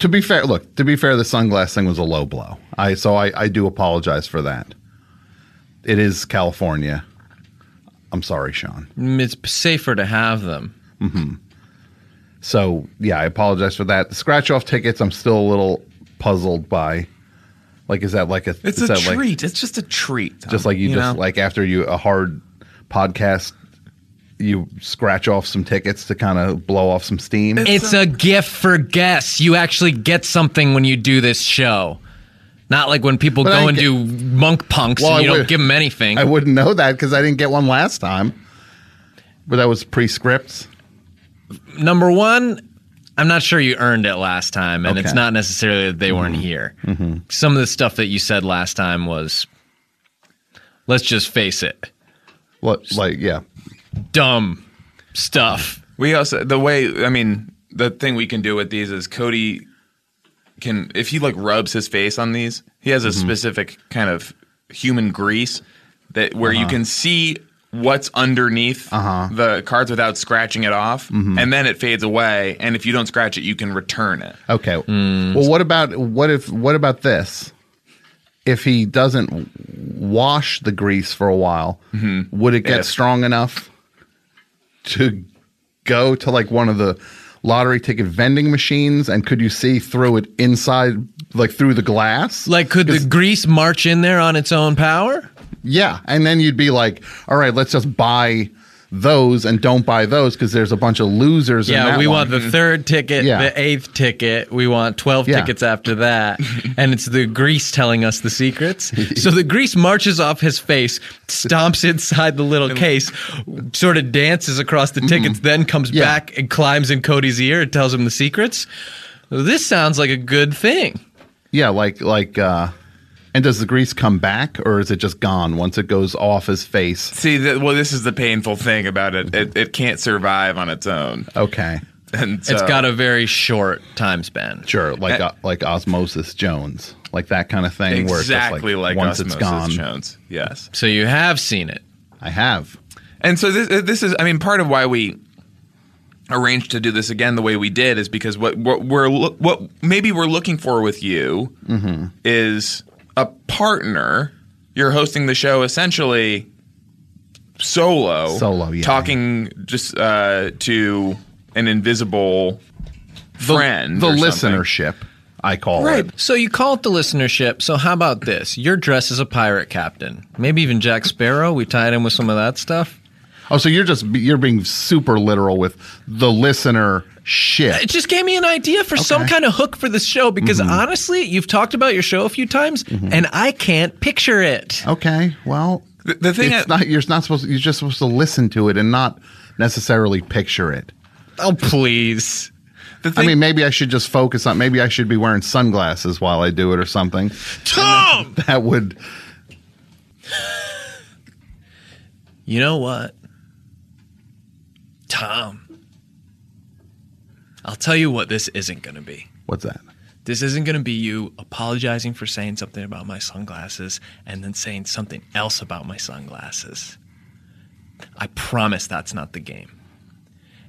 Speaker 5: To be fair, look. To be fair, the sunglass thing was a low blow. I so I, I do apologize for that. It is California. I'm sorry, Sean.
Speaker 2: Mm, It's safer to have them.
Speaker 5: So yeah, I apologize for that. The scratch off tickets, I'm still a little puzzled by. Like, is that like a?
Speaker 3: It's
Speaker 5: is
Speaker 3: a
Speaker 5: that like-
Speaker 3: treat. it's just a treat. Tom,
Speaker 5: just like you, just
Speaker 3: know?
Speaker 5: like after you a hard podcast, you scratch off some tickets to kind of blow off some steam.
Speaker 2: It's a gift for guests. You actually get something when you do this show. Not like when people
Speaker 5: But
Speaker 2: go
Speaker 5: I
Speaker 2: and
Speaker 5: get-
Speaker 2: do monk punks
Speaker 5: Well, I
Speaker 2: and you don't
Speaker 5: would-
Speaker 2: give them anything.
Speaker 5: I wouldn't know that because I didn't get one last time. But that was pre-scripts.
Speaker 2: Number one, I'm not sure you earned it last time, and it's
Speaker 5: Okay. Mm-hmm.
Speaker 2: not necessarily that they weren't here. Some of the stuff that you said last time was, let's just face it,
Speaker 5: What, like yeah,
Speaker 2: dumb stuff.
Speaker 3: We also the way I mean the thing we can do with these is Cody can if he like rubs his face on these, he has a
Speaker 5: Mm-hmm.
Speaker 3: specific kind of human grease that where
Speaker 5: Uh-huh.
Speaker 3: you can see what's underneath the cards without scratching it off,
Speaker 5: Mm-hmm.
Speaker 3: and then it fades away. And if you don't scratch it, you can return it.
Speaker 5: okay. Well, what about what if what about this? If he doesn't w- wash the grease for a while, would it get
Speaker 3: If.
Speaker 5: strong enough to go to like one of the lottery ticket vending machines? And could you see through it inside, like through the glass?
Speaker 2: Like, could the grease march in there on its own power?
Speaker 5: Yeah, and then you'd be like, "All right, let's just buy those and don't buy those because there's a bunch of losers." in
Speaker 2: Yeah,
Speaker 5: that
Speaker 2: we want
Speaker 5: one.
Speaker 2: the third ticket,
Speaker 5: Yeah.
Speaker 2: the eighth ticket. We want 12
Speaker 5: Yeah.
Speaker 2: tickets after
Speaker 5: (laughs)
Speaker 2: that. and it's the grease telling us the secrets. so the grease marches off his face, stomps inside the little case, sort of dances across the tickets, then comes
Speaker 5: Yeah.
Speaker 2: back and climbs in Cody's ear and tells him the secrets. This sounds like a good thing.
Speaker 5: yeah, like like. uh And does the grease come back, or is it just gone once it goes off his face?
Speaker 3: See, the, well, this is the painful thing about it. It, it can't survive on its own,
Speaker 5: Okay,
Speaker 3: and so,
Speaker 2: It's got a very short time span.
Speaker 5: sure, like
Speaker 3: Uh,
Speaker 5: uh, like Osmosis Jones, like that kind of thing. where it's just
Speaker 3: exactly like,
Speaker 5: once
Speaker 3: Osmosis
Speaker 5: it's gone,
Speaker 3: Jones. Yes.
Speaker 2: So you have seen it.
Speaker 5: I have.
Speaker 3: And so this this is I mean part of why we arranged to do this again the way we did is because what what we're lo- what maybe we're looking for with you
Speaker 5: Mm-hmm.
Speaker 3: is a partner. You're hosting the show essentially solo,
Speaker 5: Solo, yeah.
Speaker 3: talking just uh, to an invisible friend,
Speaker 5: the
Speaker 3: or something.
Speaker 5: listenership, I call it.
Speaker 2: So you call it the listenership. So how about this? You're dressed as a pirate captain. Maybe even Jack Sparrow. We tied in with some of that stuff.
Speaker 5: Oh, so you're just you're being super literal with the listener
Speaker 2: It
Speaker 5: shit.
Speaker 2: just gave me an idea for some
Speaker 5: Okay.
Speaker 2: kind of hook for this show because
Speaker 3: Mm-hmm.
Speaker 2: honestly, you've talked about your show a few times and I can't picture it.
Speaker 5: Okay, well,
Speaker 3: The, the thing
Speaker 5: it's
Speaker 3: I-
Speaker 5: not you're not supposed to, you're just supposed to listen to it and not necessarily picture it
Speaker 2: Oh, please.
Speaker 3: the thing
Speaker 5: i mean maybe i should just focus on maybe i should be wearing sunglasses while i do it or something
Speaker 2: Tom!
Speaker 5: (laughs) that would
Speaker 2: You know what? Tom. I'll tell you what this isn't going to be.
Speaker 5: what's that
Speaker 2: This isn't going to be you apologizing for saying something about my sunglasses and then saying something else about my sunglasses. I promise that's not the game.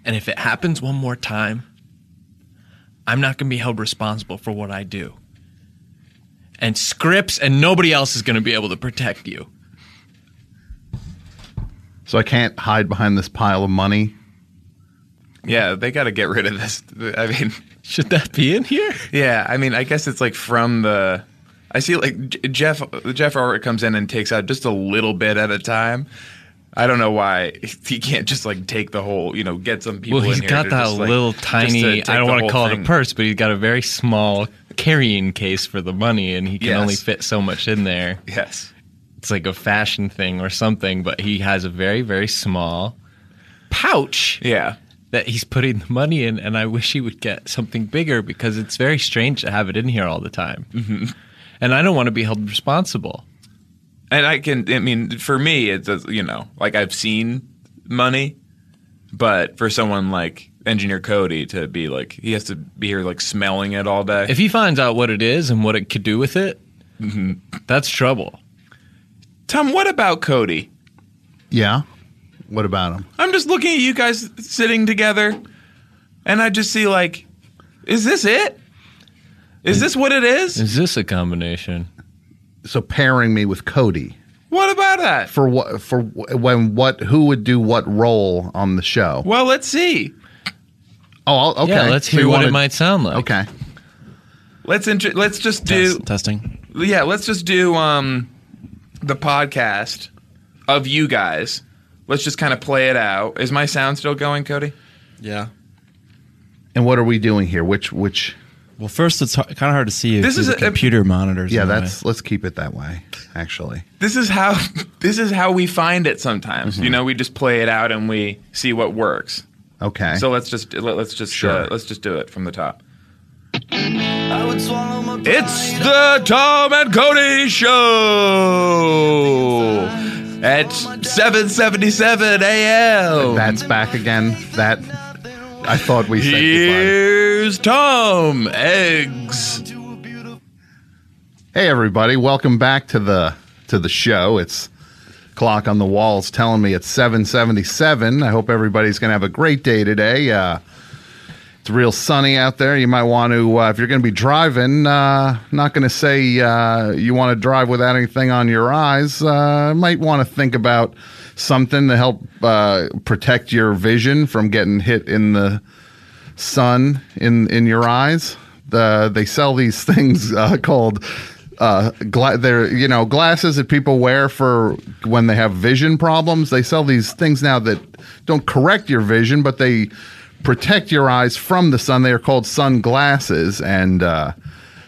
Speaker 2: And if it happens one more time, I'm not going to be held responsible for what I do. And scripts and nobody else is going to be able to protect you.
Speaker 5: so i can't hide behind this pile of money
Speaker 3: yeah, they got to get rid of this. I mean.
Speaker 2: Should that be in here?
Speaker 3: Yeah, I mean, I guess it's like from the. I see, like J- Jeff. Jeff Ulrich comes in and takes out just a little bit at a time. I don't know why (laughs) he can't just like take the whole. You know, get some people.
Speaker 2: Well, he's
Speaker 3: in here
Speaker 2: got
Speaker 3: to
Speaker 2: that
Speaker 3: just, like,
Speaker 2: little
Speaker 3: just to
Speaker 2: tiny,
Speaker 3: take
Speaker 2: I don't
Speaker 3: the
Speaker 2: want to
Speaker 3: whole
Speaker 2: call it
Speaker 3: thing.
Speaker 2: a purse, but he's got a very small carrying case for the money and he can
Speaker 3: Yes.
Speaker 2: only fit so much in there.
Speaker 3: Yes,
Speaker 2: It's like a fashion thing or something, but he has a very, very small pouch
Speaker 3: yeah,
Speaker 2: that he's putting the money in.
Speaker 5: Mm-hmm.
Speaker 2: And I wish he would get something bigger because it's very strange to have it in here all the time.
Speaker 6: and I don't want to be held responsible.
Speaker 3: and I can. I mean, for me, it's uh, you know, like I've seen money, but for someone like Engineer Cody to be like, he has to be here like smelling it all day.
Speaker 6: If he finds out what it is and what it could do with it, that's trouble.
Speaker 3: Tom, what about Cody?
Speaker 5: Yeah. What about him?
Speaker 3: I'm just looking at you guys sitting together, and I just see like, is this it? Is this what it is?
Speaker 6: Is this a combination?
Speaker 5: So pairing me with Cody
Speaker 3: What about that?
Speaker 5: for what for wh- when what who would do what role on the show?
Speaker 3: Well, let's see.
Speaker 5: Oh, I'll, okay.
Speaker 6: Yeah, let's
Speaker 5: So
Speaker 6: hear
Speaker 5: you
Speaker 6: what
Speaker 5: wanna-
Speaker 6: it might sound like.
Speaker 5: Okay.
Speaker 3: Let's intro. Let's just do.
Speaker 7: testing.
Speaker 3: Yeah, let's just do um, the podcast of you guys. Let's just kind of play it out. Is my sound still going, Cody?
Speaker 7: Yeah.
Speaker 5: And what are we doing here? Which which?
Speaker 7: Well, first it's kind of hard to see.
Speaker 3: This
Speaker 7: This
Speaker 3: is
Speaker 7: is
Speaker 3: a-
Speaker 7: computer monitors.
Speaker 5: Yeah,
Speaker 7: in the way.
Speaker 5: that's let's keep it that way. Actually,
Speaker 3: This is how (laughs) this is how we find it sometimes. You know, we just play it out and we see what works.
Speaker 5: okay.
Speaker 3: So let's just let, let's just
Speaker 5: Sure.
Speaker 3: uh, let's just do it from the top. It's the Tom and Cody Show at 7:77 a.m.
Speaker 5: that's back again. That I thought we said goodbye.
Speaker 3: Here's Tom Eggs.
Speaker 5: Hey everybody, welcome back to the to the show. It's clock on the walls telling me it's 777. I hope everybody's going to have a great day today. Uh, it's real sunny out there. You might want to, uh, if you're going to be driving, uh, not going to say uh, you want to drive without anything on your eyes. Uh, might want to think about something to help uh, protect your vision from getting hit in the sun in in your eyes. The they sell these (laughs) things uh, called uh, gla- they're you know glasses that people wear for when they have vision problems. They sell these things now that don't correct your vision, but they protect your eyes from the sun. They are called sunglasses, and uh,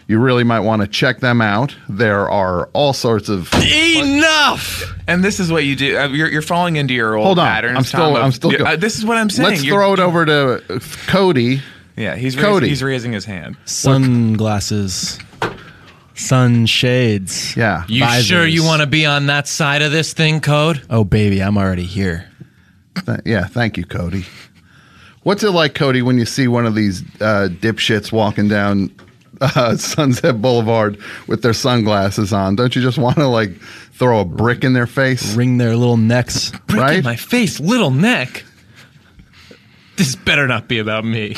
Speaker 5: you really might want to check them out. There are all sorts of.
Speaker 6: Enough!
Speaker 3: And this is what you do. Uh, You're, you're falling into your old
Speaker 5: Hold on,
Speaker 3: patterns.
Speaker 5: I'm still.
Speaker 3: Tom, of-
Speaker 5: I'm still. go-
Speaker 3: Uh, this is what I'm saying.
Speaker 5: Let's
Speaker 3: You're-
Speaker 5: throw it over to uh, Cody.
Speaker 3: Yeah, he's
Speaker 5: Cody.
Speaker 3: Raising, he's raising his hand.
Speaker 7: sunglasses, sunshades.
Speaker 5: Yeah.
Speaker 6: You
Speaker 7: Visors.
Speaker 6: sure you want to be on that side of this thing, Code?
Speaker 7: Oh baby, I'm already here.
Speaker 5: Th- yeah, thank you, Cody. What's it like, Cody, when you see one of these uh, dipshits walking down (laughs) uh, Sunset Boulevard with their sunglasses on? Don't you just want to like throw a brick in their face,
Speaker 7: Wring their little necks.
Speaker 6: Brick
Speaker 5: right?
Speaker 6: in my face, little neck. This better not be about me.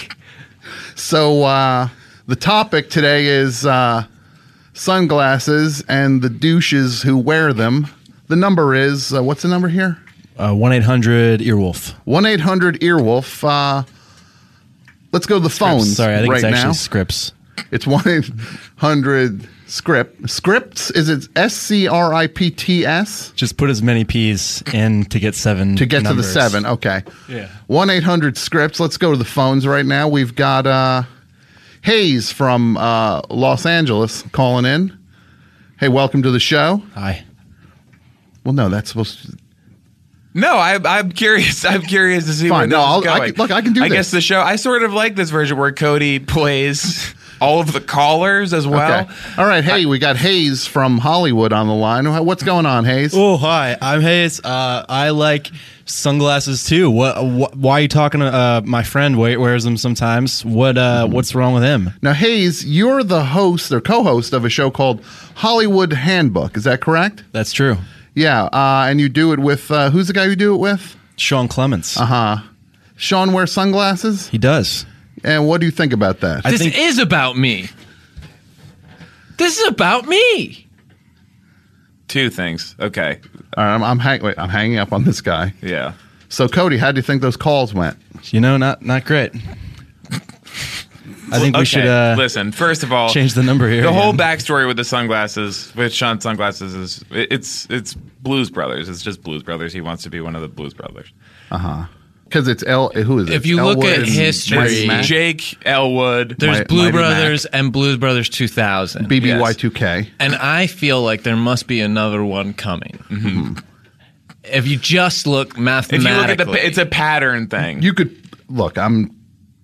Speaker 5: so uh, the topic today is uh, sunglasses and the douches who wear them. The number is uh, what's the number here?
Speaker 7: One eight hundred earwolf.
Speaker 5: One eight hundred earwolf. Uh, let's go to the phones.
Speaker 7: Sorry, I think
Speaker 5: right
Speaker 7: it's actually
Speaker 5: now.
Speaker 7: scripts.
Speaker 5: It's one eight hundred script scripts. Is it S C R I P T S
Speaker 7: Just put as many P's in to get seven.
Speaker 5: to get to the
Speaker 7: numbers.
Speaker 5: seven? Okay.
Speaker 7: Yeah.
Speaker 5: One eight hundred scripts. Let's go to the phones right now. We've got uh, Hayes from uh, Los Angeles calling in. Hey, welcome to the show.
Speaker 7: Hi.
Speaker 5: Well, no, that's supposed. to...
Speaker 3: No, I, I'm curious. I'm curious to see.
Speaker 5: Fine,
Speaker 3: where
Speaker 5: no,
Speaker 3: this is
Speaker 5: I'll- I
Speaker 3: going.
Speaker 5: can- look, I can do
Speaker 3: I
Speaker 5: this.
Speaker 3: guess the show. I sort of like this version where Cody
Speaker 5: (laughs)
Speaker 3: plays all of the callers as well.
Speaker 5: okay. All right. Hey, we got Hayes from Hollywood on the line. What's going on, Hayes?
Speaker 8: Oh hi, I'm Hayes. Uh, I like sunglasses too. What? Wh- why are you talking to uh, my friend? Wait, wears them sometimes. What? Uh, What's wrong with him?
Speaker 5: Now, Hayes, you're the host or co-host of a show called Hollywood Handbook. Is that correct?
Speaker 8: That's true.
Speaker 5: Yeah, uh, and you do it with uh, who's the guy you do it with?
Speaker 8: Sean Clements. Uh
Speaker 5: Uh, Sean wears sunglasses.
Speaker 8: He does.
Speaker 5: And what do you think about that?
Speaker 6: this
Speaker 8: think-
Speaker 6: is about me. This is about me.
Speaker 3: Two things. Okay.
Speaker 5: All right, I'm, I'm, hang- wait, I'm hanging up on this guy.
Speaker 3: Yeah.
Speaker 5: So, Cody, how do you think those calls went?
Speaker 8: You know, not not great. I think we should uh,
Speaker 3: Listen. First of all,
Speaker 8: change the number here.
Speaker 3: The whole
Speaker 8: again.
Speaker 3: backstory with the sunglasses, with Sean's sunglasses, is it- it's it's Blues Brothers. It's just Blues Brothers. He wants to be one of the Blues Brothers.
Speaker 5: Because it's L. Who is it?
Speaker 6: If you look
Speaker 5: Elwood
Speaker 6: at
Speaker 5: and
Speaker 6: history-
Speaker 5: Mighty Mac?
Speaker 3: It's Jake Elwood.
Speaker 6: There's
Speaker 5: Might-
Speaker 6: Blue
Speaker 5: Mighty Mac.
Speaker 6: Brothers and Blues Brothers 2000.
Speaker 5: BBY2K.
Speaker 6: and I feel like there must be another one coming. If you just look
Speaker 3: Mm-hmm. if
Speaker 6: mathematically,
Speaker 3: you look at the, pa- it's a pattern thing.
Speaker 5: You could look. I'm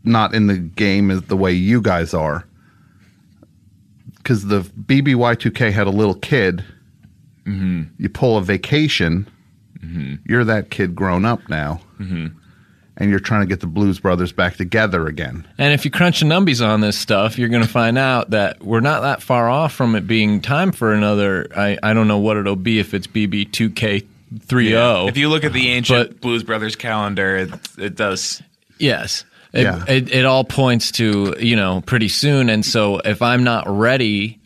Speaker 5: not in the game as the way you guys are. because the BBY2K had a little kid. You pull a vacation. You're that kid grown up now, and you're trying to get the Blues Brothers back together again.
Speaker 2: And if you crunch the numbies on this stuff, you're going to find out that we're not that far off from it being time for another. I, I don't know what it'll be if it's BB2K30.
Speaker 3: If you look at the ancient
Speaker 2: But-
Speaker 3: Blues Brothers calendar, it, it does.
Speaker 2: Yes. It,
Speaker 5: Yeah.
Speaker 2: it, it all points to, you know, pretty soon. And so if I'm not ready,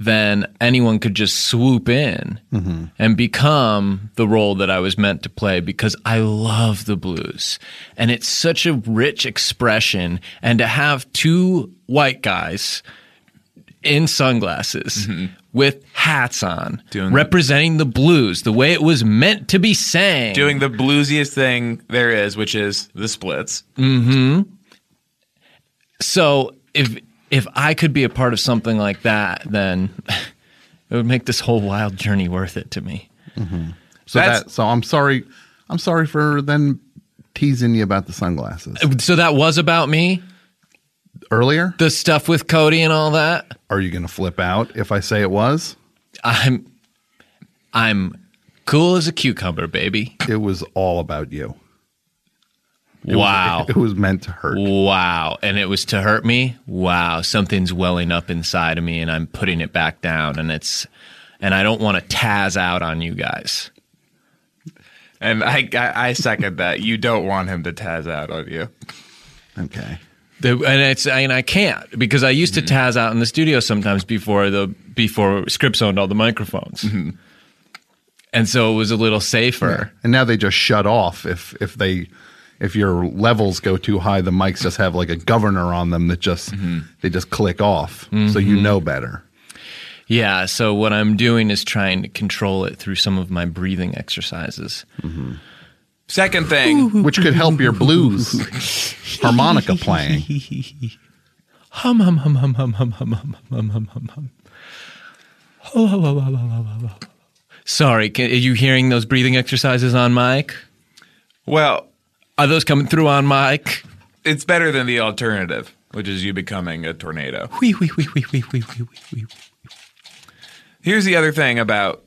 Speaker 2: then anyone could just swoop in
Speaker 3: Mm-hmm.
Speaker 2: and become the role that I was meant to play because I love the blues. And it's such a rich expression. And to have two white guys in sunglasses with hats on,
Speaker 3: Mm-hmm. Doing-
Speaker 2: representing the blues the way it was meant to be sang.
Speaker 3: Doing the bluesiest thing there is, which is the splits.
Speaker 2: so if if I could be a part of something like that, then it would make this whole wild journey worth it to me.
Speaker 5: So
Speaker 3: That's-
Speaker 5: that so I'm sorry, I'm sorry for then teasing you about the sunglasses
Speaker 2: So that was about me,
Speaker 5: earlier.
Speaker 2: the stuff with Cody and all that.
Speaker 5: Are you going to flip out if I say it was?
Speaker 2: I'm I'm cool as a cucumber, baby.
Speaker 5: It was all about you.
Speaker 2: Wow.
Speaker 5: (laughs) It was meant to hurt.
Speaker 2: Wow. And it was to hurt me. Wow. Something's welling up inside of me and I'm putting it back down and it's and I don't want to Taz out on you guys.
Speaker 3: And I, I, I second that. You don't want him to Taz out on you.
Speaker 5: Okay.
Speaker 2: The, and it's and I can't because I used to
Speaker 3: Mm-hmm.
Speaker 2: Taz out in the studio sometimes before the before Scripps owned all the microphones,
Speaker 3: Mm-hmm.
Speaker 2: and so it was a little safer.
Speaker 5: And now they just shut off if if they if your levels go too high, the mics just have like a governor on them that just
Speaker 3: Mm-hmm.
Speaker 5: they just click off, so you know better.
Speaker 2: Yeah. So what I'm doing is trying to control it through some of my breathing exercises.
Speaker 3: Second thing,
Speaker 5: Which could help your
Speaker 3: (laughs)
Speaker 5: blues harmonica playing.
Speaker 6: Hum hum hum hum hum hum hum hum hum hum hum hum. Oh, oh, oh, oh, oh, oh, oh.
Speaker 2: Sorry, ca are you hearing those breathing exercises on mic?
Speaker 3: well,
Speaker 2: Are those coming through on mic?
Speaker 3: it's better than the alternative, which is you becoming a tornado.
Speaker 6: Wee wee wee wee wee wee wee wee.
Speaker 3: Here's the other thing about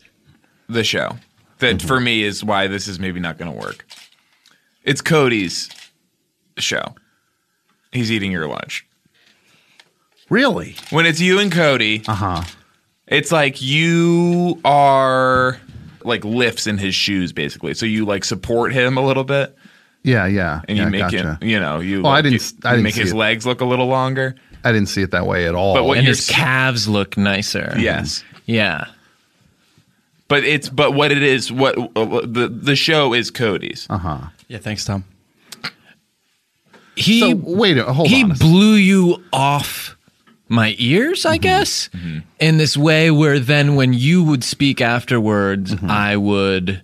Speaker 3: the show that for me is why this is maybe not going to work. It's Cody's show. He's eating your lunch.
Speaker 5: Really?
Speaker 3: When it's you and Cody,
Speaker 5: Uh huh.
Speaker 3: it's like you are like lifts in his shoes basically. So you like support him a little bit
Speaker 5: Yeah, yeah.
Speaker 3: and
Speaker 5: yeah,
Speaker 3: you make
Speaker 5: gotcha.
Speaker 3: him, you know, you
Speaker 5: Oh, I
Speaker 3: like,
Speaker 5: didn't
Speaker 3: you-
Speaker 5: s- I
Speaker 3: you
Speaker 5: didn't
Speaker 3: make
Speaker 5: see
Speaker 3: his
Speaker 5: it.
Speaker 3: legs look a little longer.
Speaker 5: I didn't see it that way at all.
Speaker 3: But what
Speaker 2: And
Speaker 3: you're
Speaker 2: his
Speaker 3: s-
Speaker 2: calves look nicer.
Speaker 3: Yes.
Speaker 2: Yeah.
Speaker 3: But it's but what it is what uh, the the show is Cody's.
Speaker 5: uh huh.
Speaker 8: Yeah, thanks, Tom.
Speaker 2: He
Speaker 5: So wait, a- hold
Speaker 2: he
Speaker 5: on. a sec.
Speaker 2: blew you off my ears,
Speaker 5: Mm-hmm.
Speaker 2: I guess, in this way where then when you would speak afterwards,
Speaker 5: Mm-hmm.
Speaker 2: I would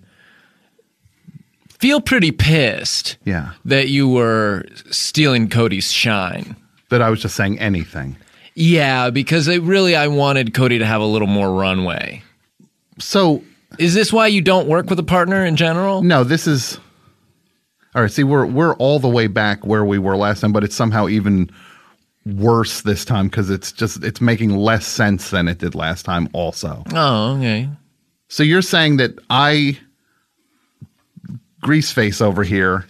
Speaker 2: feel pretty pissed
Speaker 5: yeah,
Speaker 2: that you were stealing Cody's shine.
Speaker 5: that I was just saying anything.
Speaker 2: Yeah, because it really I wanted Cody to have a little more runway.
Speaker 5: So
Speaker 2: Is this why you don't work with a partner in general?
Speaker 5: No, this is all right. See, we're we're all the way back where we were last time, but it's somehow even worse this time because it's just it's making less sense than it did last time. Also,
Speaker 2: Oh, okay.
Speaker 5: so you're saying that I greaseface over here.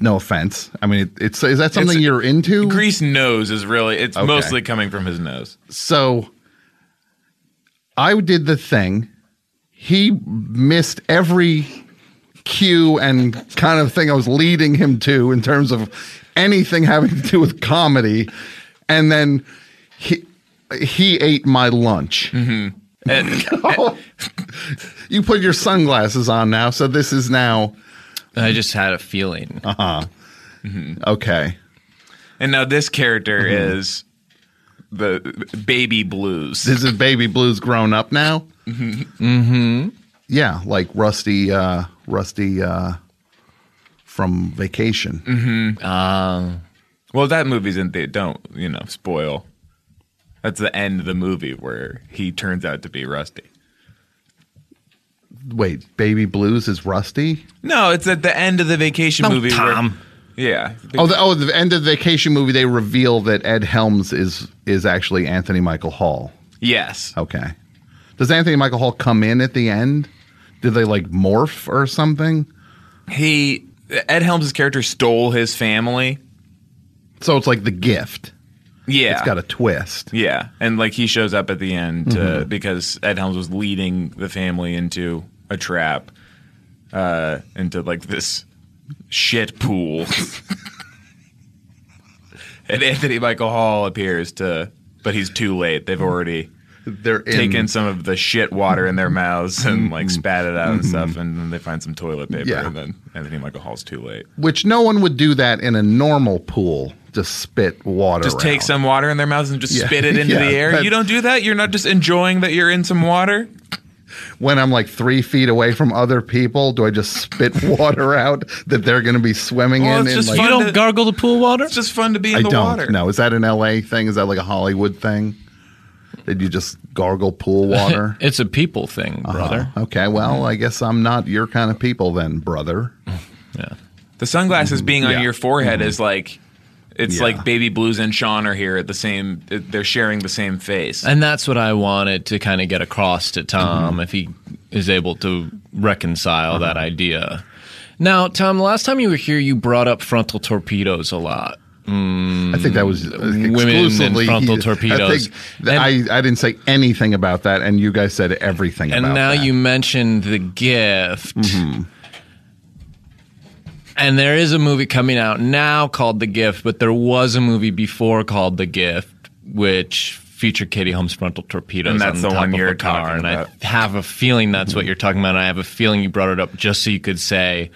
Speaker 5: No offense. I mean, it, it's is that something
Speaker 3: It's-
Speaker 5: you're into?
Speaker 3: Grease nose is really it's
Speaker 5: Okay.
Speaker 3: mostly coming from his nose.
Speaker 5: so I did the thing. He missed every cue and kind of thing I was leading him to in terms of anything having to do with comedy. And then he he ate my lunch. (laughs)
Speaker 3: And-
Speaker 5: You put your sunglasses on now, so this is now
Speaker 2: I just had a feeling.
Speaker 5: Uh-huh. okay.
Speaker 3: And now this character
Speaker 5: Mm-hmm.
Speaker 3: is the baby blues.
Speaker 5: This is baby blues grown up now. Mm-hmm. Yeah, like Rusty, uh, Rusty uh, from Vacation.
Speaker 3: well, that movie's in the don't you know spoil. That's the end of the movie where he turns out to be Rusty.
Speaker 5: Wait, baby blues is Rusty.
Speaker 3: No, it's at the end of the vacation movie. Tom. Yeah.
Speaker 5: Oh, the, oh, the end of the vacation movie, they reveal that Ed Helms is is actually Anthony Michael Hall.
Speaker 3: yes.
Speaker 5: Okay. Does Anthony Michael Hall come in at the end? Did they like morph or something?
Speaker 3: He Ed Helms' character stole his family.
Speaker 5: So it's like the gift.
Speaker 3: Yeah.
Speaker 5: It's got a twist.
Speaker 3: Yeah, and like he shows up at the end uh,
Speaker 5: Mm-hmm.
Speaker 3: because Ed Helms was leading the family into a trap, uh, into like this shit
Speaker 5: (laughs)
Speaker 3: pool, and Anthony Michael Hall appears to, but he's too late. They've already
Speaker 5: They're in, Mm-hmm.
Speaker 3: taken some of the shit water in their mouths and like spat it out and stuff, and then they find some toilet paper,
Speaker 5: Yeah.
Speaker 3: and then Anthony Michael Hall's too late.
Speaker 5: which no one would do that in a normal pool. Just spit water.
Speaker 3: Just take
Speaker 5: out.
Speaker 3: some water in their mouths and just
Speaker 5: Yeah. (laughs)
Speaker 3: spit it into
Speaker 5: Yeah,
Speaker 3: the air.
Speaker 5: that's-
Speaker 3: You don't do that. You're not just enjoying that you're in some water.
Speaker 5: When I'm like three feet away from other people, do I just (laughs) spit water out that they're going to be swimming
Speaker 3: Well,
Speaker 5: in?
Speaker 3: it's
Speaker 5: in
Speaker 3: just
Speaker 5: like,
Speaker 3: fun
Speaker 2: You don't
Speaker 3: to-
Speaker 2: gargle the pool water?
Speaker 3: It's just fun to be in
Speaker 5: I
Speaker 3: the
Speaker 5: don't
Speaker 3: water.
Speaker 5: know. Is that an LA thing? Is that like a Hollywood thing? Did you just gargle pool
Speaker 3: (laughs)
Speaker 5: water?
Speaker 2: It's a people thing, brother.
Speaker 5: Oh, okay.
Speaker 3: Mm-hmm.
Speaker 5: Well, I guess I'm not your kind of people then, brother.
Speaker 3: The sunglasses being on
Speaker 5: Yeah.
Speaker 3: your forehead is like it's
Speaker 5: Yeah.
Speaker 3: like Baby Blues and Sean are here at the same they're sharing the same face.
Speaker 2: And that's what I wanted to kind of get across to Tom if he is able to reconcile that idea. Now, Tom, the last time you were here, you brought up frontal torpedoes a lot.
Speaker 5: I think that was uh,
Speaker 3: Mm-hmm.
Speaker 2: women
Speaker 5: exclusively
Speaker 2: and frontal
Speaker 5: he- I,
Speaker 2: torpedoes.
Speaker 5: think that I, I didn't say anything about that, and you guys said everything.
Speaker 2: And
Speaker 5: about
Speaker 2: now
Speaker 5: that.
Speaker 2: you mentioned the gift.
Speaker 3: Mm-hmm.
Speaker 2: And there is a movie coming out now called The Gift, but there was a movie before called The Gift, which featured Katie Holmes' frontal torpedoes.
Speaker 3: And that's
Speaker 2: on
Speaker 3: the
Speaker 2: top
Speaker 3: one
Speaker 2: of a
Speaker 3: you're
Speaker 2: car.
Speaker 3: talking
Speaker 2: and
Speaker 3: about.
Speaker 2: I
Speaker 3: Mm-hmm.
Speaker 2: have a feeling that's what you're talking about. And I have a feeling you brought it up just so you could say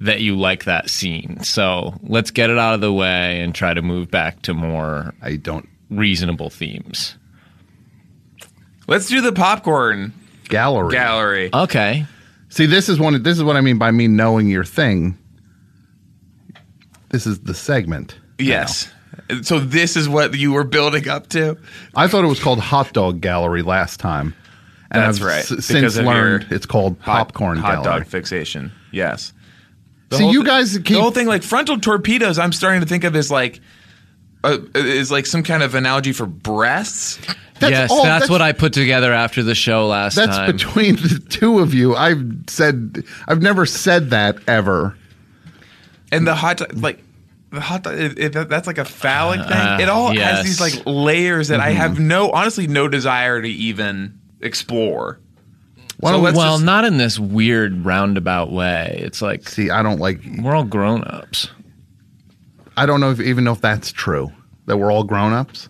Speaker 2: that you like that scene. So let's get it out of the way and try to move back to more
Speaker 5: I don't.
Speaker 2: reasonable themes.
Speaker 3: Let's do the popcorn
Speaker 5: Gallery.
Speaker 3: gallery.
Speaker 5: Uh,
Speaker 2: Okay.
Speaker 5: See, this is one. This is what I mean by me knowing your thing. This is the segment.
Speaker 3: yes. So this is what you were building up to.
Speaker 5: I thought it was called Hot Dog Gallery last time. And
Speaker 3: That's
Speaker 5: I've
Speaker 3: right,
Speaker 5: s-
Speaker 3: because
Speaker 5: since
Speaker 3: of
Speaker 5: learned
Speaker 3: your
Speaker 5: it's called
Speaker 3: Hot-
Speaker 5: Popcorn
Speaker 3: hot,
Speaker 5: Gallery.
Speaker 3: dog fixation. Yes. The
Speaker 5: See,
Speaker 3: whole
Speaker 5: you
Speaker 3: thi-
Speaker 5: guys keep
Speaker 3: the whole thing like frontal torpedoes. I'm starting to think of as like uh, is like some kind of analogy for breasts.
Speaker 5: That's
Speaker 2: yes,
Speaker 5: all-
Speaker 2: that's,
Speaker 5: that's-
Speaker 2: what I put together after the show last
Speaker 5: That's
Speaker 2: time.
Speaker 5: between the two of you. I've said I've never said that ever.
Speaker 3: And the hot dog, like the hot dog, it, it, that's like a phallic thing. It all has
Speaker 2: yes.
Speaker 3: these like layers that I have no, honestly, no desire to even explore.
Speaker 5: Well,
Speaker 3: so let's
Speaker 2: well,
Speaker 3: just-
Speaker 2: not in this weird roundabout way. It's like
Speaker 5: See, I don't like
Speaker 2: we're all grown ups.
Speaker 5: I don't know if even know if that's true that we're all grown-ups.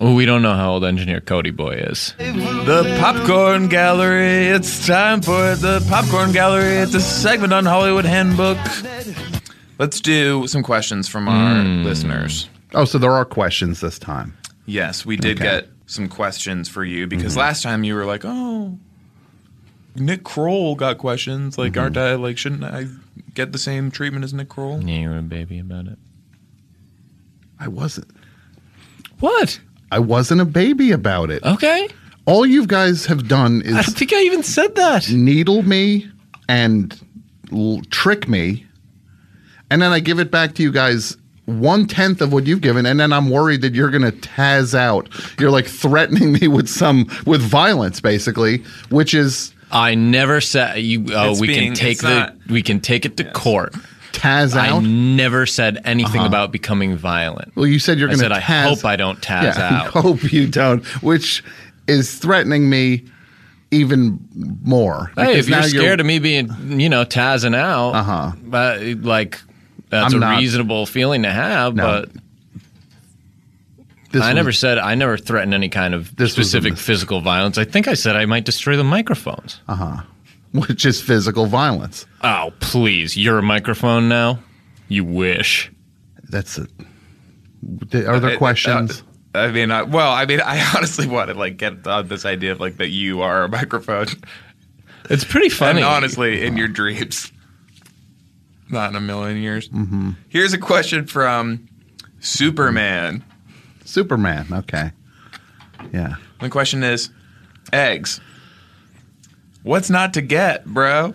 Speaker 2: Well, Oh, we don't know how old engineer Cody Boy is.
Speaker 3: the popcorn gallery. It's time for the popcorn gallery. It's a segment on Hollywood Handbook. Let's do some questions from our listeners.
Speaker 5: Oh, so there are questions this time.
Speaker 3: Yes, we did
Speaker 5: Okay.
Speaker 3: get some questions for you because last time you were like, "Oh, Nick Kroll got questions. Like, aren't I like shouldn't I get the same treatment as Nick Kroll?"
Speaker 2: Yeah, you were a baby about it.
Speaker 5: I wasn't
Speaker 2: What?
Speaker 5: I wasn't a baby about it.
Speaker 2: Okay.
Speaker 5: All you guys have done
Speaker 2: I
Speaker 5: is
Speaker 2: don't think I even said that.
Speaker 5: needle me and l- trick me, and then I give it back to you guys one tenth of what you've given, and then I'm worried that you're gonna taz out. You're like threatening me with some with violence, basically, which is
Speaker 2: I never said you. Oh,
Speaker 3: It's
Speaker 2: we
Speaker 3: being-
Speaker 2: can take
Speaker 3: it's
Speaker 2: the
Speaker 3: not-
Speaker 2: we can take it to court.
Speaker 5: taz
Speaker 2: I
Speaker 5: out.
Speaker 2: never said anything about becoming violent.
Speaker 5: well, you said you're
Speaker 2: I
Speaker 5: gonna.
Speaker 2: said I
Speaker 5: taz-
Speaker 2: hope I don't taz
Speaker 5: Yeah, (laughs)
Speaker 2: out.
Speaker 5: Hope you don't, which is threatening me even more.
Speaker 2: Hey,
Speaker 5: because
Speaker 2: if you're
Speaker 5: now
Speaker 2: scared of me being, you know, tazzing out,
Speaker 5: Uh-huh.
Speaker 2: but, like that's
Speaker 5: I'm
Speaker 2: a
Speaker 5: not-
Speaker 2: reasonable feeling to have.
Speaker 5: No,
Speaker 2: but
Speaker 5: this
Speaker 2: I
Speaker 5: was-
Speaker 2: never said I never threatened any kind of
Speaker 5: This was a
Speaker 2: specific
Speaker 5: mistake.
Speaker 2: physical violence. I think I said I might destroy the microphones.
Speaker 5: (laughs)
Speaker 3: Uh.
Speaker 5: which is physical violence.
Speaker 2: Oh, please, you're a microphone now. You wish.
Speaker 5: That's it. Are there
Speaker 3: Uh, uh,
Speaker 5: questions?
Speaker 3: I mean, I, well, I mean, (laughs) I honestly want to like get on this idea of like that you are a microphone,
Speaker 2: It's pretty
Speaker 3: and
Speaker 2: funny.
Speaker 3: honestly,
Speaker 5: uh,
Speaker 3: in your dreams, not in a million years. Mm-hmm. Here's a question from Superman.
Speaker 5: Superman. Okay. Yeah.
Speaker 3: The question is eggs. What's not to get, bro?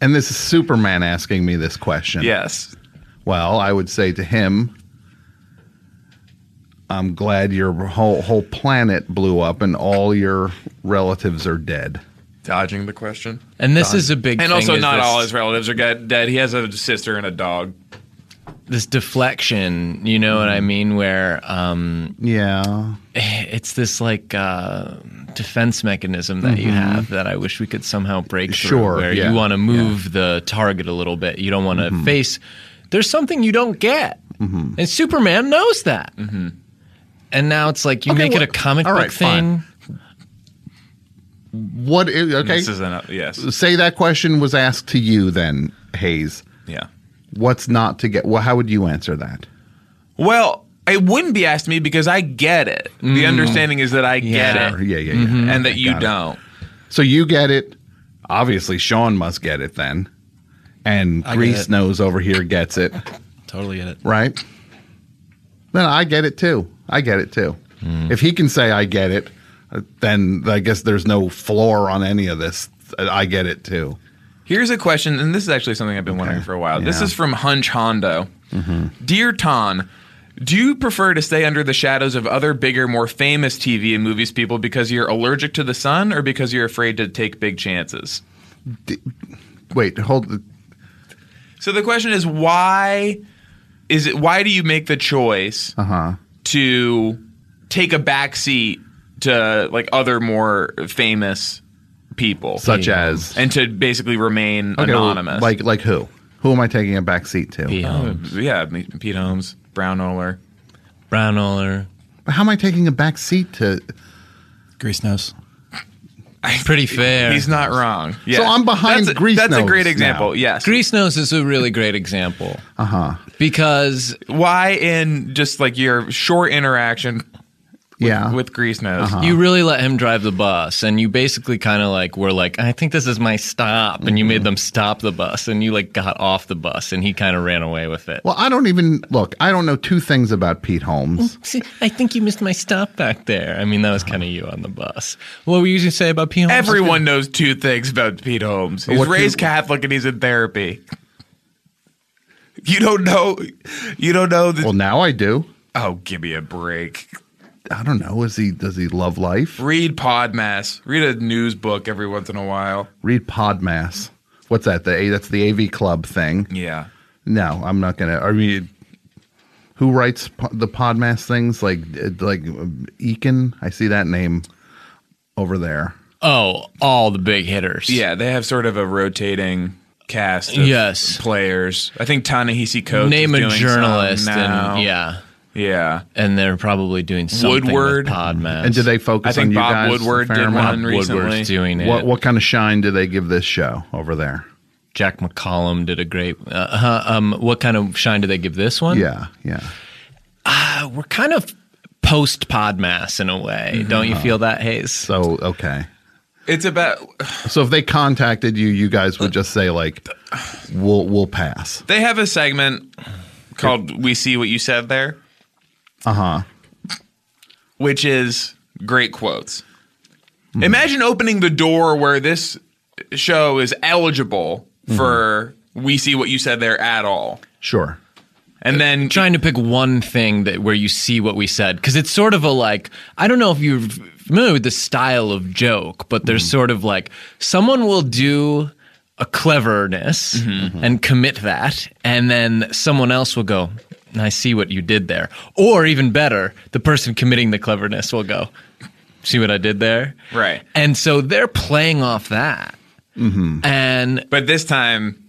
Speaker 5: And this is Superman asking me this question.
Speaker 3: Yes.
Speaker 5: Well, I would say to him, I'm glad your whole whole planet blew up and all your relatives are dead.
Speaker 3: Dodging the question.
Speaker 2: And this is a big
Speaker 3: and
Speaker 2: thing
Speaker 3: also
Speaker 2: is
Speaker 3: not
Speaker 2: this-
Speaker 3: all his relatives are get- dead. He has a sister and a dog.
Speaker 2: this deflection, you know what I mean, where um,
Speaker 5: Yeah.
Speaker 2: it's this like uh, defense mechanism that you have that I wish we could somehow break through.
Speaker 5: Mm-hmm. Sure,
Speaker 2: where
Speaker 5: yeah, Mm-hmm.
Speaker 2: you want to move the target a little bit. You don't want to face. There's something you don't get, and Superman knows that. And now it's like you
Speaker 5: Mm-hmm. Okay,
Speaker 2: make
Speaker 5: well,
Speaker 2: it a comic
Speaker 5: all
Speaker 2: book
Speaker 5: right,
Speaker 2: thing.
Speaker 5: fine. What is okay?
Speaker 3: This is an yes.
Speaker 5: say that question was asked to you then, Hayes.
Speaker 3: Yeah.
Speaker 5: What's not to get? Well, how would you answer that?
Speaker 3: Well, it wouldn't be asked me because I get it. The understanding is that I get
Speaker 5: Sure.
Speaker 3: it,
Speaker 5: Mm. Yeah, yeah, yeah.
Speaker 3: and that you
Speaker 5: Got it.
Speaker 3: don't.
Speaker 5: So you get it. Obviously, Sean must get it then, and
Speaker 9: I get
Speaker 5: Grease
Speaker 9: it.
Speaker 5: knows over here gets it,
Speaker 9: (laughs) Totally get it.
Speaker 5: right? Then I get it too. I get it too.
Speaker 9: Hmm.
Speaker 5: If he can say I get it, uh, then I guess there's no floor on any of this. Uh, I get it too.
Speaker 3: Here's a question, and this is actually something I've been wondering for a while. This
Speaker 5: Yeah. Mm-hmm.
Speaker 3: is from Hunch Hondo. Dear Ton, do you prefer to stay under the shadows of other bigger, more famous TV and movies people because you're allergic to the sun or because you're afraid to take big chances?
Speaker 5: Wait, hold.
Speaker 3: So the question is why is it why do you make the choice
Speaker 5: Uh-huh.
Speaker 3: to take a backseat to like other more famous people
Speaker 5: Such as
Speaker 3: and to basically remain
Speaker 5: Okay, well,
Speaker 3: anonymous? Uh,
Speaker 5: Like um, like who? Who am I taking a back seat to?
Speaker 2: Yeah.
Speaker 3: yeah, me- Pete Holmes, Brown Oler.
Speaker 2: Brownoller,
Speaker 5: How am I taking a back seat to?
Speaker 8: Grease nose.
Speaker 5: (laughs)
Speaker 2: pretty fair.
Speaker 3: He's not wrong. Yeah.
Speaker 5: So I'm behind
Speaker 3: that's a,
Speaker 5: Grease
Speaker 3: That's a
Speaker 5: Nose
Speaker 3: great example.
Speaker 5: now.
Speaker 3: Yes.
Speaker 2: Grease nose is a really great example. Uh huh.
Speaker 5: Uh-huh.
Speaker 2: Because
Speaker 3: Why in just like your short interaction
Speaker 5: Yeah.
Speaker 3: with Grease Nose?
Speaker 5: Uh-huh.
Speaker 2: You really let him drive the bus, and you basically kind of like were like, I think this is my stop, and you made them stop the bus, and you like got off the bus, and he kind of ran away with it.
Speaker 5: well, I don't even look. I don't know two things about Pete
Speaker 9: (laughs)
Speaker 5: Holmes.
Speaker 2: See, I think you missed my stop back there. I mean, that was kind of you on the bus. What were you going to say about P. Holmes?
Speaker 3: Everyone knows two things about Pete Holmes. He's
Speaker 5: What
Speaker 3: raised
Speaker 5: two-
Speaker 3: Catholic and he's in therapy. You don't know. You don't know. The,
Speaker 5: Well, now I do.
Speaker 3: oh, give me a break.
Speaker 5: I don't know. Is he does he love life?
Speaker 3: Read Podmas. Read a news book every once in a while.
Speaker 5: Read Podmass. What's that? The A- that's the AV Club thing.
Speaker 3: Yeah.
Speaker 5: No, I'm not gonna. I mean, who writes po- the Podmass things? Like uh, like um, Eakin. I see that name over there.
Speaker 2: Oh, all the big hitters.
Speaker 3: Yeah, they have sort of a rotating cast of
Speaker 2: Yes.
Speaker 3: players. I think Ta-Nehisi Coates
Speaker 2: Name
Speaker 3: is
Speaker 2: a
Speaker 3: doing some
Speaker 2: journalist,
Speaker 3: now.
Speaker 2: and yeah,
Speaker 3: Yeah.
Speaker 2: and they're probably doing something
Speaker 3: Woodward.
Speaker 2: with Podmas.
Speaker 5: And do they
Speaker 3: I
Speaker 5: focus on
Speaker 3: think
Speaker 5: you
Speaker 3: Bob
Speaker 5: guys? a
Speaker 3: Woodward
Speaker 5: fair
Speaker 3: did
Speaker 5: amount?
Speaker 3: one recently.
Speaker 2: Woodward's doing it.
Speaker 5: What what kind of shine do they give this show over there?
Speaker 2: Jack McCollum did a great. Uh, uh, um, what kind of shine do they give this one?
Speaker 5: Yeah, yeah.
Speaker 2: we're kind of post Podmass in a way. Don't you feel that, Hayes?
Speaker 5: So okay.
Speaker 3: It's about
Speaker 5: So if they contacted you, you guys would just say like, "We'll we'll pass."
Speaker 3: they have a segment called "We See What You Said There,"
Speaker 5: Uh
Speaker 2: Uh-huh.
Speaker 5: huh.
Speaker 3: which is great quotes.
Speaker 2: Mm-hmm.
Speaker 3: Imagine opening the door where this show is eligible
Speaker 2: Mm-hmm.
Speaker 3: for "We See What You Said There" at all,
Speaker 5: Sure.
Speaker 3: and then
Speaker 2: Trying to pick one thing that where you see what we said because it's sort of a like I don't know if you're familiar with the style of joke, but there's sort of like someone will do a cleverness and commit that, and then someone else will go. I see what you did there, or even better, the person committing the cleverness will go. See what I did there,
Speaker 3: Right.
Speaker 2: And so they're playing off that, and
Speaker 3: but this time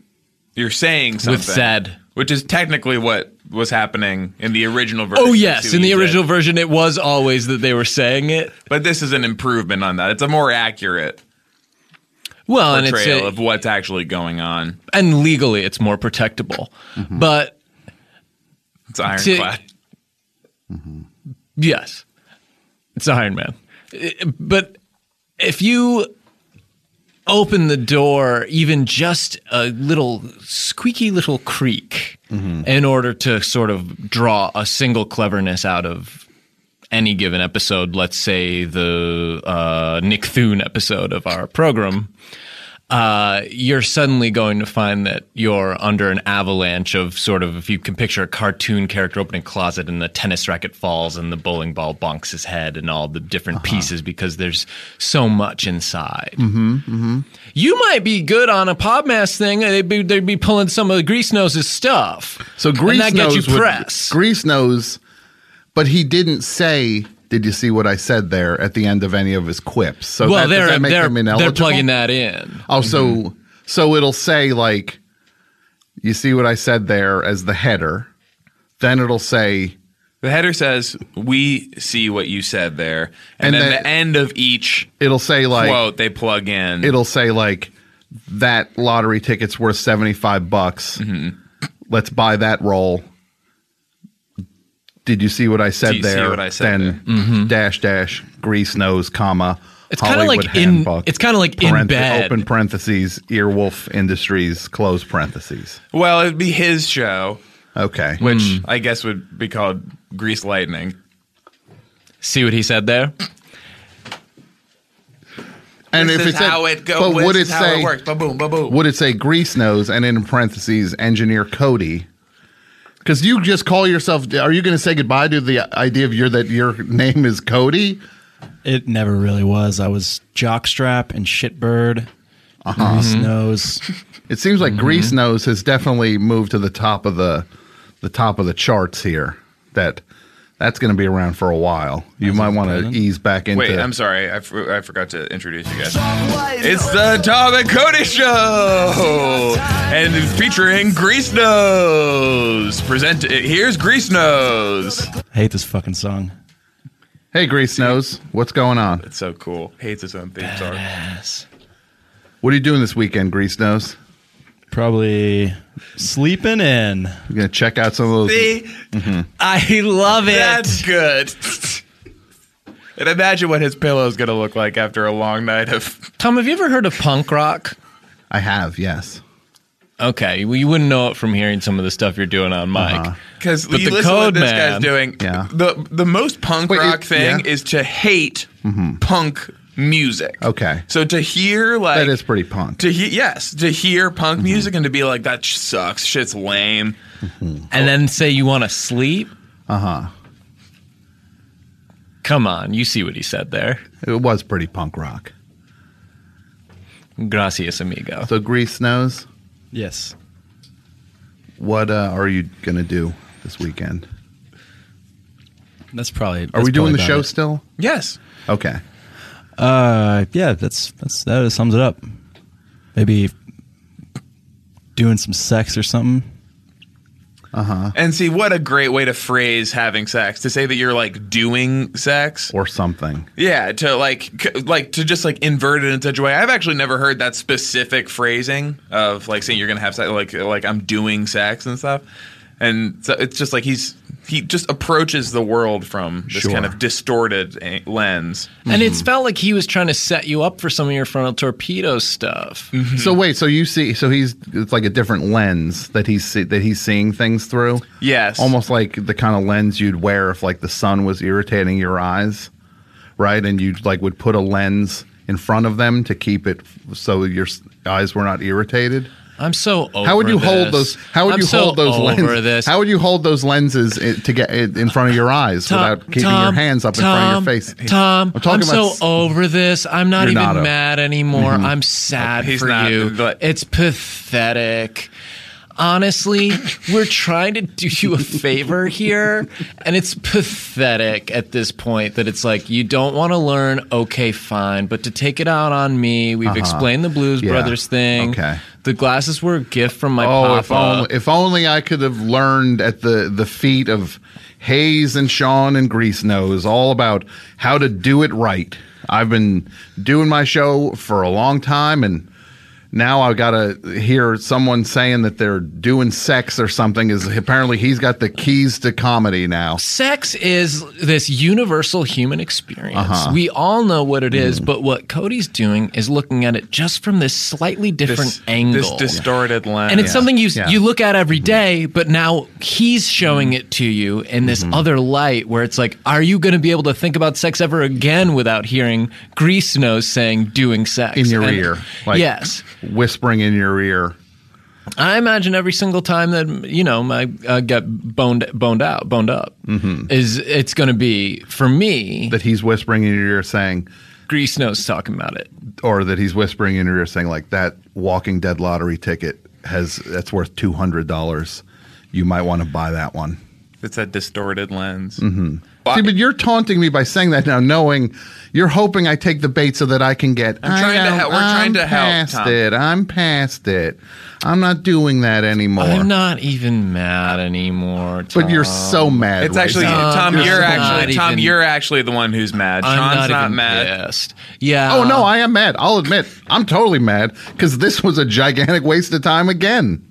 Speaker 3: you're saying something
Speaker 2: with said.
Speaker 3: which is technically what was happening in the original version.
Speaker 2: Oh
Speaker 3: of
Speaker 2: yes,
Speaker 3: See
Speaker 2: in
Speaker 3: What
Speaker 2: the
Speaker 3: You Did.
Speaker 2: original version, it was always that they were saying it.
Speaker 3: but this is an improvement on that. It's a more accurate
Speaker 2: Well, and it's
Speaker 3: portrayal
Speaker 2: a,
Speaker 3: of what's actually going on.
Speaker 2: and legally, it's more protectable. But
Speaker 3: It's ironclad.
Speaker 2: Mm-hmm. yes, it's Iron Man. I- But if you open the door, even just a little squeaky little creak, in order to sort of draw a single cleverness out of any given episode, let's say the uh, Nick Thune episode of our program, uh, you're suddenly going to find that you're under an avalanche of sort of, if you can picture a cartoon character opening a closet and the tennis racket falls and the bowling ball bonks his head and all the different
Speaker 5: Uh-huh.
Speaker 2: pieces because there's so much inside.
Speaker 10: Mm-hmm. Mm-hmm.
Speaker 2: You might be good on a Podmas thing. They'd be, they'd be pulling some of the Grease Nose's stuff.
Speaker 5: So Grease
Speaker 2: and that
Speaker 5: knows
Speaker 2: gets you
Speaker 5: what-
Speaker 2: press.
Speaker 5: Grease knows, but he didn't say. Did you see what I said there at the end of any of his quips? So
Speaker 2: well,
Speaker 5: that, does
Speaker 2: they're
Speaker 5: that make
Speaker 2: they're,
Speaker 5: him
Speaker 2: they're
Speaker 5: ineligible?
Speaker 2: plugging that Mm-hmm. in.
Speaker 5: Oh, so so it'll say like, you see what I said there as the header. Then it'll say
Speaker 3: The header says, "We see what you said there," and,
Speaker 5: And
Speaker 3: then,
Speaker 5: then-
Speaker 3: the end of each
Speaker 5: it'll say like
Speaker 3: quote they plug in.
Speaker 5: it'll say like that lottery ticket's worth seventy five bucks.
Speaker 3: Mm-hmm.
Speaker 5: Let's buy that roll. Did you see what I said
Speaker 3: Do you see
Speaker 5: there?
Speaker 3: what I said Mm-hmm.
Speaker 5: then dash dash grease nose comma.
Speaker 2: It's kinda like
Speaker 5: Hollywood
Speaker 2: in-
Speaker 5: Handbook,
Speaker 2: it's kinda like in bed.
Speaker 5: Open parentheses. Earwolf Industries. Close parentheses.
Speaker 3: well, it'd be his show,
Speaker 5: Okay.
Speaker 3: which I guess would be called Grease Lightning.
Speaker 2: See what he said there.
Speaker 5: And
Speaker 3: this is
Speaker 5: if it said-
Speaker 3: how it goes.
Speaker 5: but
Speaker 3: this
Speaker 5: would
Speaker 3: is
Speaker 5: it
Speaker 3: how
Speaker 5: say-
Speaker 3: it works. Ba boom, ba boom.
Speaker 5: would it say grease nose and in parentheses engineer cody because you just call yourself are you going to say goodbye to the idea of your that your name is cody
Speaker 8: It never really was. I was jockstrap and shitbird.
Speaker 5: Uh-huh.
Speaker 8: Grease
Speaker 5: Mhm.
Speaker 8: nose.
Speaker 5: it seems like grease nose has definitely moved to the top of the the top of the charts here that that's going to be around for a while you might want to ease back into
Speaker 3: Wait, I'm sorry. I, for- I forgot to introduce you guys. It's the Tom and Cody Show, and featuring Grease Nose. Present. Here's Grease Nose.
Speaker 8: I hate this fucking song.
Speaker 5: hey grease nose what's going on
Speaker 3: It's so cool. Hates his own theme song.
Speaker 5: what are you doing this weekend grease nose
Speaker 8: probably sleeping in
Speaker 5: you're going to check out some of those
Speaker 3: See?
Speaker 5: Mhm.
Speaker 2: I love it.
Speaker 3: That's good. and imagine what his pillow is going to look like after a long night of.
Speaker 2: Tom, have you ever heard of punk rock?
Speaker 5: I have, yes.
Speaker 2: Okay, well, you wouldn't know it from hearing some of the stuff you're doing on mic.
Speaker 5: Uh-huh.
Speaker 3: Because
Speaker 2: But
Speaker 3: you
Speaker 2: the
Speaker 3: listen to what
Speaker 2: Code
Speaker 3: this
Speaker 2: Man-
Speaker 3: guy's doing.
Speaker 2: Yeah.
Speaker 3: The the most punk
Speaker 2: Wait,
Speaker 3: rock
Speaker 2: it-
Speaker 3: thing
Speaker 2: yeah.
Speaker 3: is to hate punk music.
Speaker 5: Okay.
Speaker 3: So to hear like
Speaker 5: that is pretty punk.
Speaker 3: to he- yes to hear punk music and to be like that sh- sucks, shit's lame.
Speaker 2: And then say you want to sleep?
Speaker 5: Uh huh.
Speaker 2: Come on, you see what he said there.
Speaker 5: It was pretty punk rock.
Speaker 2: Gracias, amigo.
Speaker 5: So Grease knows.
Speaker 8: Yes.
Speaker 5: What uh, are you gonna do this weekend?
Speaker 8: That's probably.
Speaker 5: Are
Speaker 8: that's
Speaker 5: we doing
Speaker 8: probably
Speaker 5: the
Speaker 8: about
Speaker 5: show
Speaker 8: it.
Speaker 5: still?
Speaker 3: Yes.
Speaker 5: Okay.
Speaker 8: Uh, yeah, that's that's that sums it up. Maybe doing some sex or something.
Speaker 5: Uh huh.
Speaker 3: And see what a great way to phrase having sex to say that you're like doing sex
Speaker 5: or
Speaker 8: (laughs)
Speaker 5: something.
Speaker 3: Yeah, to like c- like to just like invert it in such a way. I've actually never heard that specific phrasing of like saying you're gonna have sex, like like I'm doing sex and stuff. And so it's just like he's he just approaches the world from this
Speaker 2: Sure.
Speaker 3: kind of distorted eh, lens.
Speaker 2: And
Speaker 5: Mm-hmm.
Speaker 2: it felt like he was trying to set you up for some of your frontal torpedo stuff.
Speaker 5: So wait, so you see, so he's it's like a different lens that he's see, that he's seeing things through.
Speaker 3: Yes.
Speaker 5: Almost like the kind of lens you'd wear if like the sun was irritating your eyes, right? And you like would put a lens in front of them to keep it f- so your s- eyes were not irritated.
Speaker 2: I'm so over
Speaker 5: how would you hold
Speaker 2: this.
Speaker 5: those? How would
Speaker 2: I'm
Speaker 5: you
Speaker 2: so
Speaker 5: hold those
Speaker 2: over
Speaker 5: lenses?
Speaker 2: This.
Speaker 5: How would you hold those lenses i- to get it in front of your eyes
Speaker 2: Tom-
Speaker 5: without keeping
Speaker 2: Tom,
Speaker 5: your hands up in
Speaker 2: Tom,
Speaker 5: front of your face?
Speaker 2: Tom, I'm, so
Speaker 5: s-
Speaker 2: over this. I'm not
Speaker 5: You're
Speaker 2: even
Speaker 5: not over-
Speaker 2: mad anymore.
Speaker 5: Mhm.
Speaker 2: I'm sad
Speaker 3: He's
Speaker 2: for
Speaker 3: not,
Speaker 2: you. it's pathetic. Honestly, we're trying to do you a favor here, and it's pathetic at this point that it's like you don't want to learn. Okay, fine, but to take it out on me, we've
Speaker 5: Uh-huh.
Speaker 2: explained the Blues
Speaker 5: Yeah.
Speaker 2: Brothers thing.
Speaker 5: Okay.
Speaker 2: The glasses were a gift from my papa.
Speaker 5: oh, if only, if only I could have learned at the the feet of Hayes and Sean and Grease Nose all about how to do it right. I've been doing my show for a long time and. Now I've got to hear someone saying that they're doing sex or something. Is apparently he's got the keys to comedy now.
Speaker 2: Sex is this universal human experience.
Speaker 5: Uh-huh. Mm.
Speaker 2: We all know what it is, but what Cody's doing is looking at it just from this slightly different
Speaker 3: This-
Speaker 2: angle.
Speaker 3: This distorted lens.
Speaker 2: and it's something you
Speaker 3: Yeah.
Speaker 2: you look at
Speaker 5: Mm-hmm.
Speaker 2: every day, but now he's showing it to you in this
Speaker 5: Mm-hmm.
Speaker 2: other light where it's like, are you going to be able to think about sex ever again without hearing Grease Nose saying doing sex
Speaker 5: In your
Speaker 2: And-
Speaker 5: ear, like-
Speaker 2: yes.
Speaker 5: whispering in your ear.
Speaker 2: I imagine every single time that you know I uh, get boned boned out, boned up, is it's going to be for me.
Speaker 5: that he's whispering in your ear saying,
Speaker 2: Grease knows talking about it.
Speaker 5: or that he's whispering in your ear saying, like that Walking Dead lottery ticket has that's worth two hundred dollars. You might want to buy that one.
Speaker 3: It's that distorted lens.
Speaker 2: Mm-hmm.
Speaker 5: See, but you're taunting me by saying that now, knowing you're hoping I take the bait so that I can get. I'm
Speaker 3: trying to help- we're
Speaker 5: I'm
Speaker 3: trying to help,
Speaker 5: Past
Speaker 3: Tom.
Speaker 5: it. I'm past it. I'm not doing that anymore.
Speaker 2: I'm not even mad anymore.
Speaker 5: but you're
Speaker 2: Tom.
Speaker 5: so mad.
Speaker 3: It's
Speaker 5: right
Speaker 3: actually
Speaker 5: now.
Speaker 2: Tom, you're
Speaker 3: Tom. You're
Speaker 2: not
Speaker 3: actually Tom.
Speaker 2: even-
Speaker 3: You're actually the one who's mad.
Speaker 2: I'm
Speaker 3: Sean's not,
Speaker 2: even
Speaker 3: mad.
Speaker 2: pissed. Yeah.
Speaker 5: Oh no, I am mad. I'll admit, I'm totally mad because this was a gigantic waste of time again.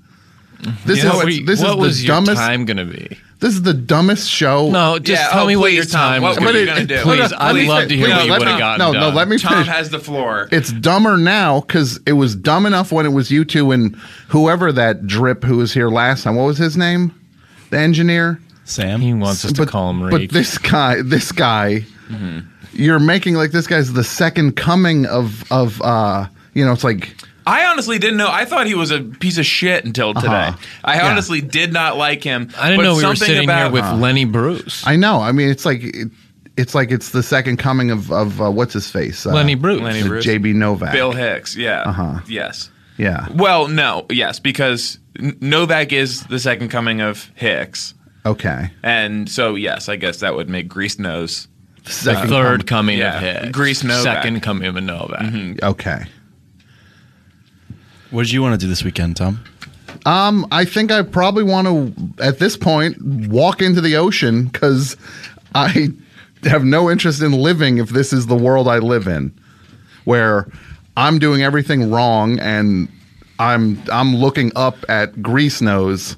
Speaker 5: This
Speaker 2: What,
Speaker 5: is
Speaker 2: were-
Speaker 5: this
Speaker 2: what
Speaker 5: is
Speaker 2: was
Speaker 5: the
Speaker 2: your
Speaker 5: dumbest.
Speaker 2: time going to be?
Speaker 5: This is the dumbest show.
Speaker 2: No, just
Speaker 3: Yeah,
Speaker 2: tell
Speaker 3: oh,
Speaker 2: me what
Speaker 3: please,
Speaker 2: your
Speaker 3: Tom,
Speaker 2: time
Speaker 3: what
Speaker 2: was
Speaker 3: were
Speaker 2: gonna
Speaker 3: you
Speaker 2: be.
Speaker 3: gonna do?
Speaker 2: Please,
Speaker 3: Let-
Speaker 2: I'd
Speaker 3: please,
Speaker 2: love to hear
Speaker 3: please,
Speaker 2: what you
Speaker 3: let
Speaker 2: would have
Speaker 3: Tom-
Speaker 2: gotten
Speaker 5: no, no.
Speaker 2: done.
Speaker 5: Let me
Speaker 3: Tom
Speaker 5: finish.
Speaker 3: has the floor.
Speaker 5: it's dumber now because it was dumb enough when it was you two and whoever that drip who was here last time. What was his name? The engineer.
Speaker 8: Sam.
Speaker 2: He wants us to call him Reek. Mm-hmm.
Speaker 5: But this guy, this guy, you're making like this guy's the second coming of of uh, you know, it's like
Speaker 3: I honestly didn't know. I thought he was a piece of shit until today.
Speaker 5: Uh-huh.
Speaker 3: I
Speaker 5: Yeah.
Speaker 3: honestly did not like him.
Speaker 2: I didn't
Speaker 3: but
Speaker 2: know we were
Speaker 3: something
Speaker 2: sitting
Speaker 3: about,
Speaker 2: here with Lenny Bruce.
Speaker 5: I know. I mean, it's like it, it's like it's the second coming of of uh, what's his face, uh,
Speaker 2: Lenny Bruce.
Speaker 3: Lenny
Speaker 5: the
Speaker 3: Bruce.
Speaker 5: JB Novak,
Speaker 3: Bill Hicks. Yeah. Uh-huh. Yes.
Speaker 5: Yeah.
Speaker 3: Well, no. Yes, because N- Novak is the second coming of Hicks,
Speaker 5: Okay.
Speaker 3: and so yes, I guess that would make Grease Nose.
Speaker 5: Second
Speaker 2: Third coming
Speaker 3: Yeah.
Speaker 2: of Hicks.
Speaker 3: Grease Novak.
Speaker 2: Second coming of Novak.
Speaker 5: coming. Okay.
Speaker 8: What did you want to do this weekend, Tom?
Speaker 5: Um, I think I probably want to at this point walk into the ocean because I have no interest in living if this is the world I live in, where I'm doing everything wrong and I'm I'm looking up at Grease Nose,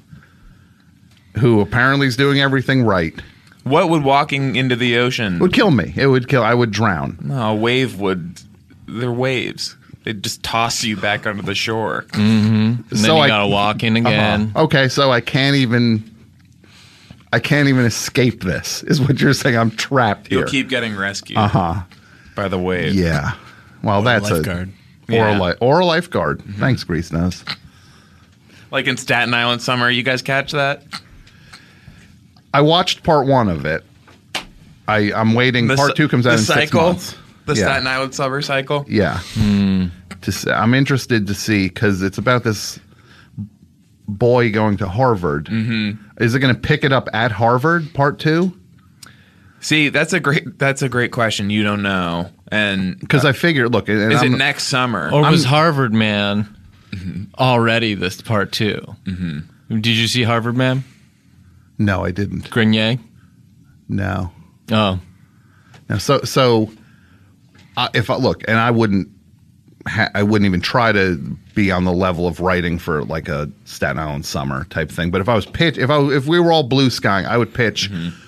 Speaker 5: who apparently is doing everything right.
Speaker 3: What would walking into the ocean?
Speaker 5: Would kill me. It would kill. I would drown.
Speaker 3: No, a wave would. They're waves. They just toss you back onto the shore.
Speaker 2: Mm-hmm. And then
Speaker 5: So
Speaker 2: you
Speaker 5: I- Uh-huh.
Speaker 2: gotta walk in again.
Speaker 5: Okay, so I can't even I can't even escape this. Is what you're saying? I'm trapped here.
Speaker 3: You'll keep getting rescued by the wave.
Speaker 5: Uh-huh. yeah. Well, that's
Speaker 8: lifeguard.
Speaker 5: a or
Speaker 3: Yeah.
Speaker 5: a li- or a lifeguard. Thanks, Grease Nose.
Speaker 3: Like in Staten Island Summer, you guys catch that?
Speaker 5: I watched part one of it. I I'm waiting. part
Speaker 3: cy-
Speaker 5: two comes out
Speaker 3: the
Speaker 5: in six
Speaker 3: cycle,
Speaker 5: months.
Speaker 3: The
Speaker 5: Yeah.
Speaker 3: Staten Island Summer cycle.
Speaker 5: Yeah. To s I'm interested to see because it's about this boy going to Harvard. Mm-hmm. Is it going to pick it up at Harvard? Part two?
Speaker 3: See, that's a great that's a great question. You don't know, and
Speaker 5: Because I figured, look, and
Speaker 3: is
Speaker 5: I'm-
Speaker 3: it next summer?
Speaker 2: Or was Harvard Man
Speaker 5: Mm-hmm.
Speaker 2: already this part 2 Did you see Harvard Man?
Speaker 5: No, I didn't.
Speaker 2: Grenier?
Speaker 5: No.
Speaker 2: Oh.
Speaker 5: Now, so so uh, if I look, and I wouldn't, ha- I wouldn't even try to be on the level of writing for like a Staten Island summer type thing. But if I was pitch, if I if we were all blue skying, I would pitch.
Speaker 3: Mm-hmm.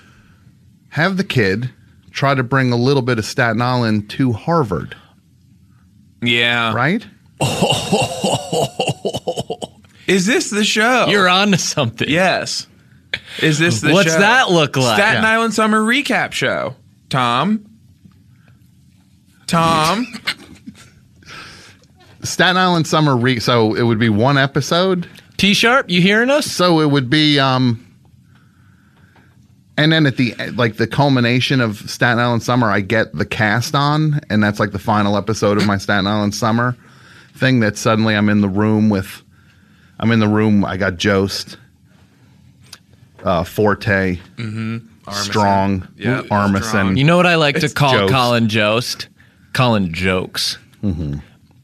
Speaker 5: Have the kid try to bring a little bit of Staten Island to Harvard,
Speaker 3: yeah,
Speaker 5: right?
Speaker 3: Is this the show?
Speaker 2: You're on to something.
Speaker 3: yes. Is this
Speaker 2: (laughs)
Speaker 3: the
Speaker 2: What's
Speaker 3: show?
Speaker 2: that look like?
Speaker 3: Staten
Speaker 5: Yeah.
Speaker 3: Island Summer recap show? Tom. Tom.
Speaker 5: (laughs) Staten Island summer. Re- so it would be one episode.
Speaker 2: T Sharp, you hearing us?
Speaker 5: So it would be um and then at the like the culmination of Staten Island Summer, I get the cast on, and that's like the final episode of my Staten Island Summer thing. That suddenly I'm in the room with, I'm in the room. I got Jost, uh, Forte, Strong,
Speaker 3: Yeah,
Speaker 5: Armisen.
Speaker 3: Mm-hmm. Strong.
Speaker 2: You know what I like to
Speaker 5: It's
Speaker 2: call
Speaker 5: jokes.
Speaker 2: Colin Jost? Colin Jokes.
Speaker 5: Mm-hmm.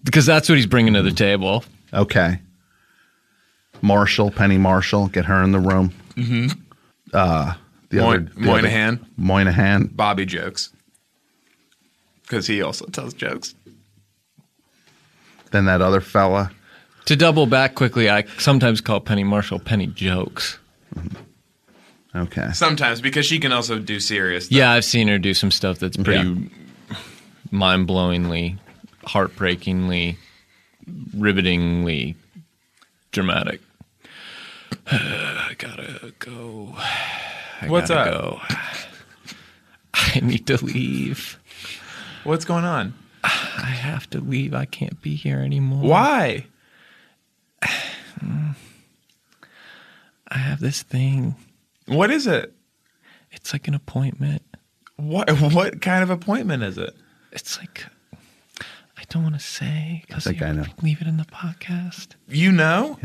Speaker 2: Because that's what he's bringing to the table.
Speaker 5: Okay. Marshall, Penny Marshall, get her in the room. Mm-hmm. Uh, the
Speaker 3: Moy-
Speaker 5: other the
Speaker 3: Moynihan.
Speaker 5: other, Moynihan.
Speaker 3: Bobby jokes because he also tells jokes.
Speaker 5: Then that other fella.
Speaker 2: To double back quickly, I sometimes call Penny Marshall Penny Jokes.
Speaker 5: Okay.
Speaker 3: Sometimes because she can also do serious. Stuff.
Speaker 2: Yeah, I've seen her do some stuff that's pretty mind blowingly, heartbreakingly, rivetingly dramatic. (sighs) I gotta go. I
Speaker 3: What's
Speaker 2: gotta
Speaker 3: up?
Speaker 2: Go. (sighs) I need to leave.
Speaker 3: What's going on?
Speaker 2: I have to leave. I can't be here anymore.
Speaker 3: Why?
Speaker 2: I have this thing.
Speaker 3: What is it?
Speaker 2: It's like an appointment.
Speaker 3: What (laughs) what kind of appointment is it?
Speaker 2: It's like I don't want to say because
Speaker 5: think I know.
Speaker 2: leave it in the podcast.
Speaker 3: You know?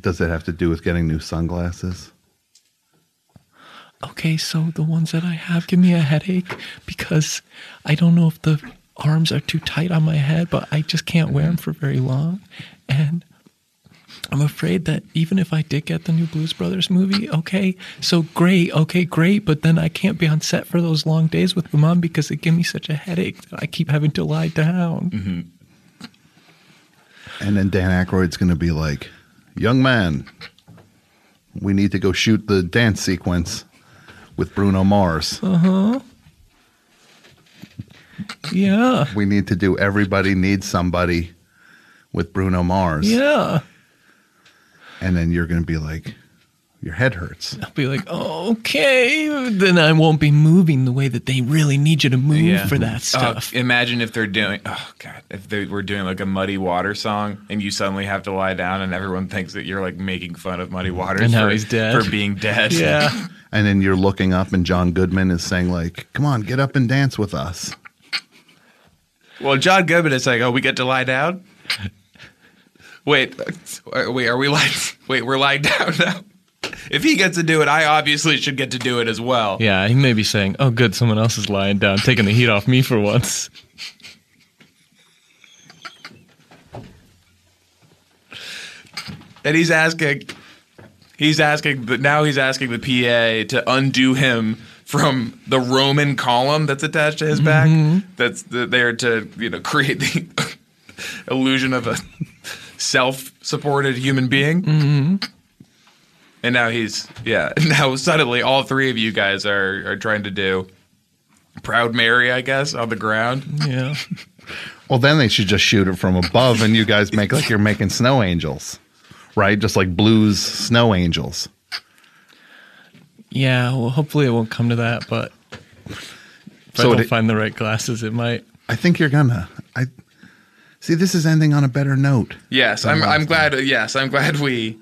Speaker 5: Does it have to do with getting new sunglasses?
Speaker 2: Okay, so the ones that I have give me a headache because I don't know if the arms are too tight on my head, but I just can't wear them for very long. And I'm afraid that even if I did get the new Blues Brothers movie, okay, so great, okay, great, but then I can't be on set for those long days with my mom because it give me such a headache that I keep having to lie down.
Speaker 5: And then Dan Aykroyd's going to be like, "Young man, we need to go shoot the dance sequence with Bruno Mars.
Speaker 2: Uh-huh. Yeah,
Speaker 5: We need to do Everybody Needs Somebody with Bruno Mars."
Speaker 2: yeah.
Speaker 5: And then you're going to be like, "Your head hurts."
Speaker 2: I'll be like, oh, okay, then I won't be moving the way that they really need you to move for that stuff.
Speaker 3: Oh, imagine if they're doing oh god, if they were doing like a muddy water song and you suddenly have to lie down and everyone thinks that you're like making fun of Muddy Waters
Speaker 2: And how
Speaker 3: (laughs) for,
Speaker 2: he's dead.
Speaker 3: for being dead.
Speaker 2: yeah.
Speaker 5: And then you're looking up and John Goodman is saying like, "Come on, get up and dance with us."
Speaker 3: (laughs) Well, John Goodman is like, "Oh, we get to lie down." Wait, uh, wait, are we lying? (laughs) Wait, we're lying down now. If he gets to do it, I obviously should get to do it as well.
Speaker 2: Yeah, he may be saying, oh, good, someone else is lying down, taking the heat off me for once.
Speaker 3: And he's asking, he's asking, but now he's asking the PA to undo him from the Roman column that's attached to his back. That's the, there to you know create the (laughs) illusion of a self-supported human being. And now he's yeah. (laughs) Now suddenly all three of you guys are are trying to do Proud Mary, I guess, on the ground.
Speaker 2: Yeah.
Speaker 5: Well, then they should just shoot it from above, and you guys make like you're making snow angels, right? Just like blues snow angels.
Speaker 2: Yeah, well, hopefully it won't come to that, but if
Speaker 5: So
Speaker 2: I don't
Speaker 5: it-
Speaker 2: find the right glasses, it might.
Speaker 5: I think you're gonna. I see. This is ending on a better note.
Speaker 3: Yes, I'm. I'm glad. Yes, I'm glad we.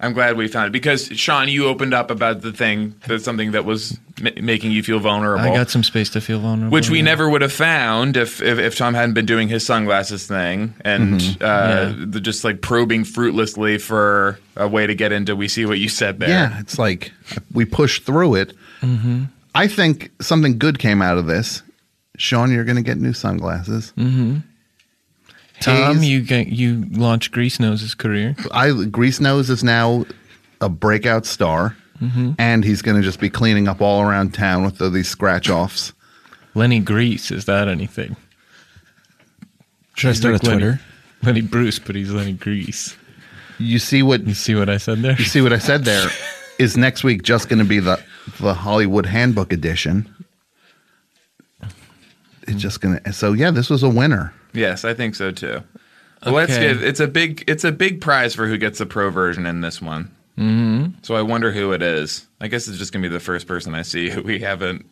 Speaker 3: I'm glad we found it because Sean, you opened up about the thing that's something that was ma- making you feel vulnerable.
Speaker 2: I got some space to feel vulnerable.
Speaker 3: which we
Speaker 2: yeah.
Speaker 3: never would have found if, if, if Tom hadn't been doing his sunglasses thing and uh,
Speaker 2: Mm-hmm. Yeah.
Speaker 3: the, just like probing fruitlessly for a way to get into. We see what you said there.
Speaker 5: Yeah, it's like we pushed through it.
Speaker 2: Mm-hmm.
Speaker 5: I think something good came out of this. Sean, you're gonna get new sunglasses. Mm-hmm.
Speaker 2: Tom, you ga- you launched Grease Nose's career.
Speaker 5: I Grease Nose is now a breakout star,
Speaker 2: Mm-hmm.
Speaker 5: and he's going to just be cleaning up all around town with all these scratch offs.
Speaker 2: Lenny Grease, is that anything? (laughs)
Speaker 8: Should I start a
Speaker 2: Rick Lenny.
Speaker 8: Twitter?
Speaker 2: Lenny Bruce, but he's Lenny Grease.
Speaker 5: You see what
Speaker 2: You see what I said there?
Speaker 5: you see what I
Speaker 2: (laughs)
Speaker 5: said there? is next week just going to be the the Hollywood Handbook edition? It's just going to. So yeah, this was a winner.
Speaker 3: Yes, I think so too. Well, Let's
Speaker 2: Okay.
Speaker 3: give it's a big it's a big prize for who gets the pro version in this one. Mm-hmm. So I wonder who it is. I guess it's just gonna be the first person I see (laughs) who we haven't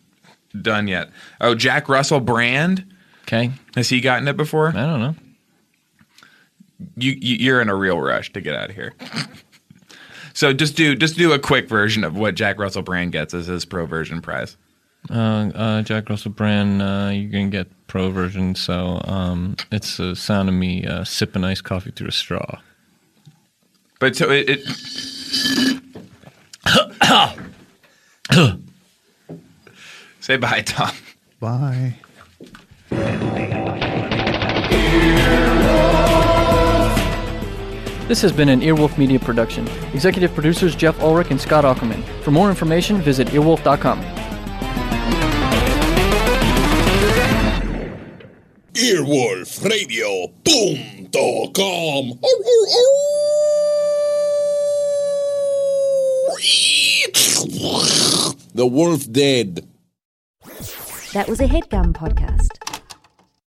Speaker 3: done yet. Oh, Jack Russell Brand
Speaker 2: Okay.
Speaker 3: has he gotten it before?
Speaker 2: I don't know.
Speaker 3: You, you you're in a real rush to get out of here. (laughs) so just do just do a quick version of what Jack Russell Brand gets as his pro version prize.
Speaker 2: Uh, uh, Jack Russell Brand, uh, you're gonna get pro version. So um, it's the sound of me uh, sipping iced coffee through a straw.
Speaker 3: But so it, it (coughs) say bye, Tom.
Speaker 5: Bye.
Speaker 1: This has been an Earwolf Media production. Executive producers Jeff Ulrich and Scott Ackerman. For more information, visit earwolf.com.
Speaker 11: Earwolfradio.com. The wolf dead.
Speaker 12: That was a headgum podcast.